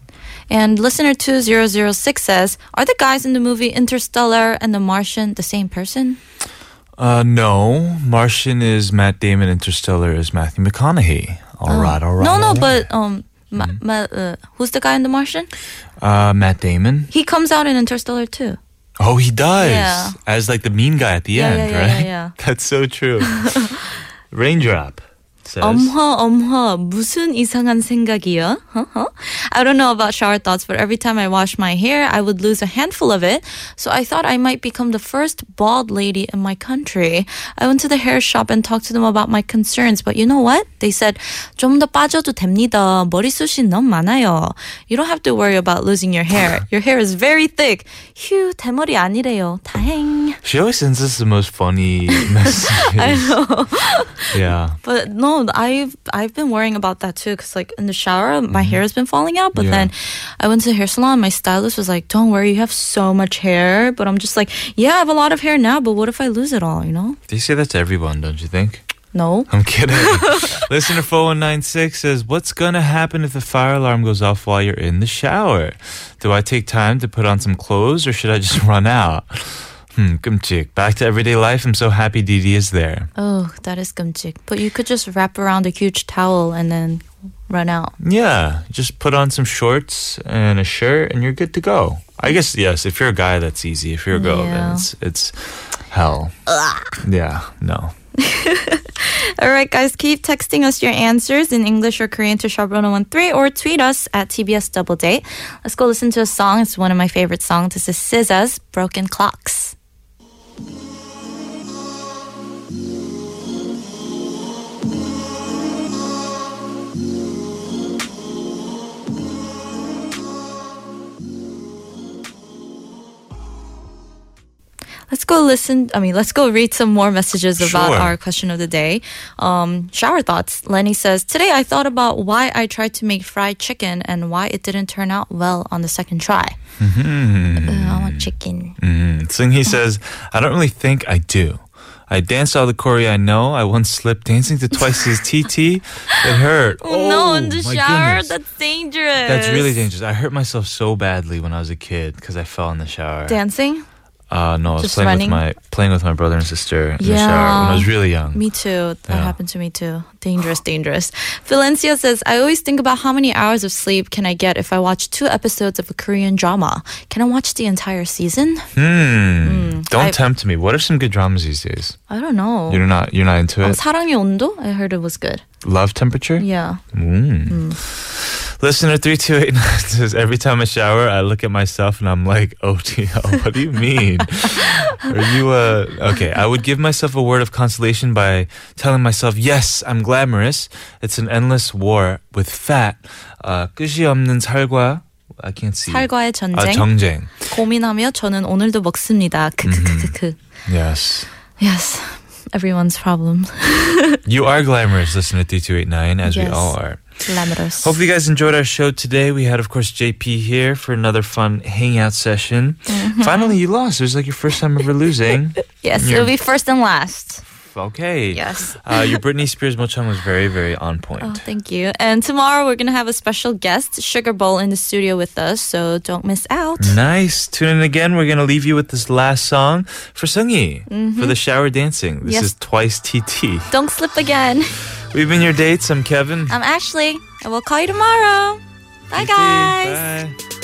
Speaker 3: And listener 2006 says, Are the guys in the movie Interstellar and The Martian the same person?
Speaker 2: Uh, no, Martian is Matt Damon. Interstellar is Matthew McConaughey. All right, all right.
Speaker 3: Oh. no, no,
Speaker 2: all right.
Speaker 3: but um, ma- ma- uh, who's the guy in The Martian?
Speaker 2: uh, Matt Damon.
Speaker 3: He comes out in Interstellar too.
Speaker 2: Oh, he does
Speaker 3: Yeah.
Speaker 2: as like the mean guy at the
Speaker 3: Yeah, yeah,
Speaker 2: end,
Speaker 3: yeah,
Speaker 2: right?
Speaker 3: yeah,
Speaker 2: That's so true. Raindrop says.
Speaker 3: 엄허 엄허 무슨 이상한 생각이야? Huh? I don't know about shower thoughts, but every time I wash my hair, I would lose a handful of it. So I thought I might become the first bald lady in my country. I went to the hair shop and talked to them about my concerns, but you know what? They said 좀 더 빠져도 됩니다. 머리숱이 너무 많아요. You don't have to worry about losing your hair. Your hair is very thick. 휴 대머리 아니래요. 다행.
Speaker 2: She always sends us the most funny messages.
Speaker 3: I know.
Speaker 2: Yeah.
Speaker 3: But no, I've I've been worrying about that too. Cause like in the shower, my hair has been falling out. But
Speaker 2: Yeah.
Speaker 3: then I went to the hair salon. My stylist was like, "Don't worry, you have so much hair." But I'm just like, "Yeah, I have a lot of hair now. But what if I lose it all? You know?
Speaker 2: They say that to everyone, don't you think?
Speaker 3: No.
Speaker 2: I'm kidding. Listener 4196 says, What's going to happen if the fire alarm goes off while you're in the shower? Do I take time to put on some clothes or should I just run out? Hmm, 끔찍. Back to everyday life. I'm so happy Didi is there.
Speaker 3: Oh, that is gumchik. But you could just wrap around a huge towel and then run out.
Speaker 2: Yeah, just put on some shorts and a shirt and you're good to go. I guess, yes, if you're a guy, that's easy. If you're a girl,
Speaker 3: Yeah.
Speaker 2: then it's, it's hell. Yeah, no.
Speaker 3: All right, guys, keep texting us your answers in English or Korean to Sharp1013 or tweet us at TBS Double Date. Let's go listen to a song. It's one of my favorite songs. This is SZA's Broken Clocks. Let's go listen. I mean, let's go read some more messages
Speaker 24: Sure.
Speaker 3: about our question of the day. Um, shower thoughts. Lenny says, Today I thought about why I tried to make fried chicken and why it didn't turn out well on the second try.
Speaker 2: Mm-hmm.
Speaker 3: Uh, I want chicken.
Speaker 2: Mm. Singhi says, I don't really think I do. I danced all the choreo I know. I once slipped dancing to Twice's TT. It hurt.
Speaker 3: Oh, no, in the
Speaker 2: my
Speaker 3: shower?
Speaker 2: goodness.
Speaker 3: That's dangerous.
Speaker 2: That's really dangerous. I hurt myself so badly when I was a kid because I fell in the shower.
Speaker 3: Dancing?
Speaker 2: Uh, no, I was
Speaker 3: Just
Speaker 2: playing
Speaker 3: running?
Speaker 2: with my playing with my brother and sister in the
Speaker 3: Yeah.
Speaker 2: shower when I was really young.
Speaker 3: Me too. That
Speaker 2: Yeah.
Speaker 3: happened to me too. Dangerous, dangerous. Valencia says, I always think about how many hours of sleep can I get if I watch two episodes of a Korean drama. Can I watch the entire season?
Speaker 2: Hmm.
Speaker 3: I- Oh.
Speaker 2: Don't tempt me. What are some good dramas these days?
Speaker 3: I don't know.
Speaker 2: You're not. You're not into
Speaker 3: Um,
Speaker 2: it.
Speaker 3: 사랑의 온도? I heard it was good.
Speaker 2: Love temperature.
Speaker 3: Yeah.
Speaker 2: Mm. Listener 3289 says, Every time I shower, I look at myself and I'm like, OTL, what do you mean? Are you, uh, okay, I would give myself a word of consolation by telling myself, Yes, I'm glamorous. It's an endless war with fat. Uh, 끝이 없는 살과, I can't see.
Speaker 3: 살과의 전쟁.
Speaker 2: 아, 정쟁.
Speaker 3: 고민하며 저는 오늘도 먹습니다. 크크크크크.
Speaker 2: Yes.
Speaker 3: Yes. Everyone's problem.
Speaker 2: You are glamorous, listener 3289, as we
Speaker 3: Yes.
Speaker 2: all are.
Speaker 3: Glamorous.
Speaker 2: Hopefully, you guys enjoyed our show today. We had, of course, JP here for another fun hangout session.
Speaker 3: Mm-hmm.
Speaker 2: Finally, you lost. It was like your first time ever losing.
Speaker 3: Yes,
Speaker 2: You're-
Speaker 3: it'll be first and last.
Speaker 2: okay.
Speaker 3: Yes.
Speaker 2: uh, your Britney Spears mochang was very, very on point.
Speaker 3: Oh, thank you. And tomorrow we're going to have a special guest, Sugar Bowl, in the studio with us, so don't miss out.
Speaker 2: Nice. Tune in again. We're going to leave you with this last song for Sungi
Speaker 3: Mhm.
Speaker 2: for the shower dancing.
Speaker 3: Yes.
Speaker 2: This is Twice TT.
Speaker 3: Don't slip again.
Speaker 2: We've been your dates. I'm Kevin.
Speaker 3: I'm Ashley, and we'll call you tomorrow. Bye, guys.
Speaker 2: Bye.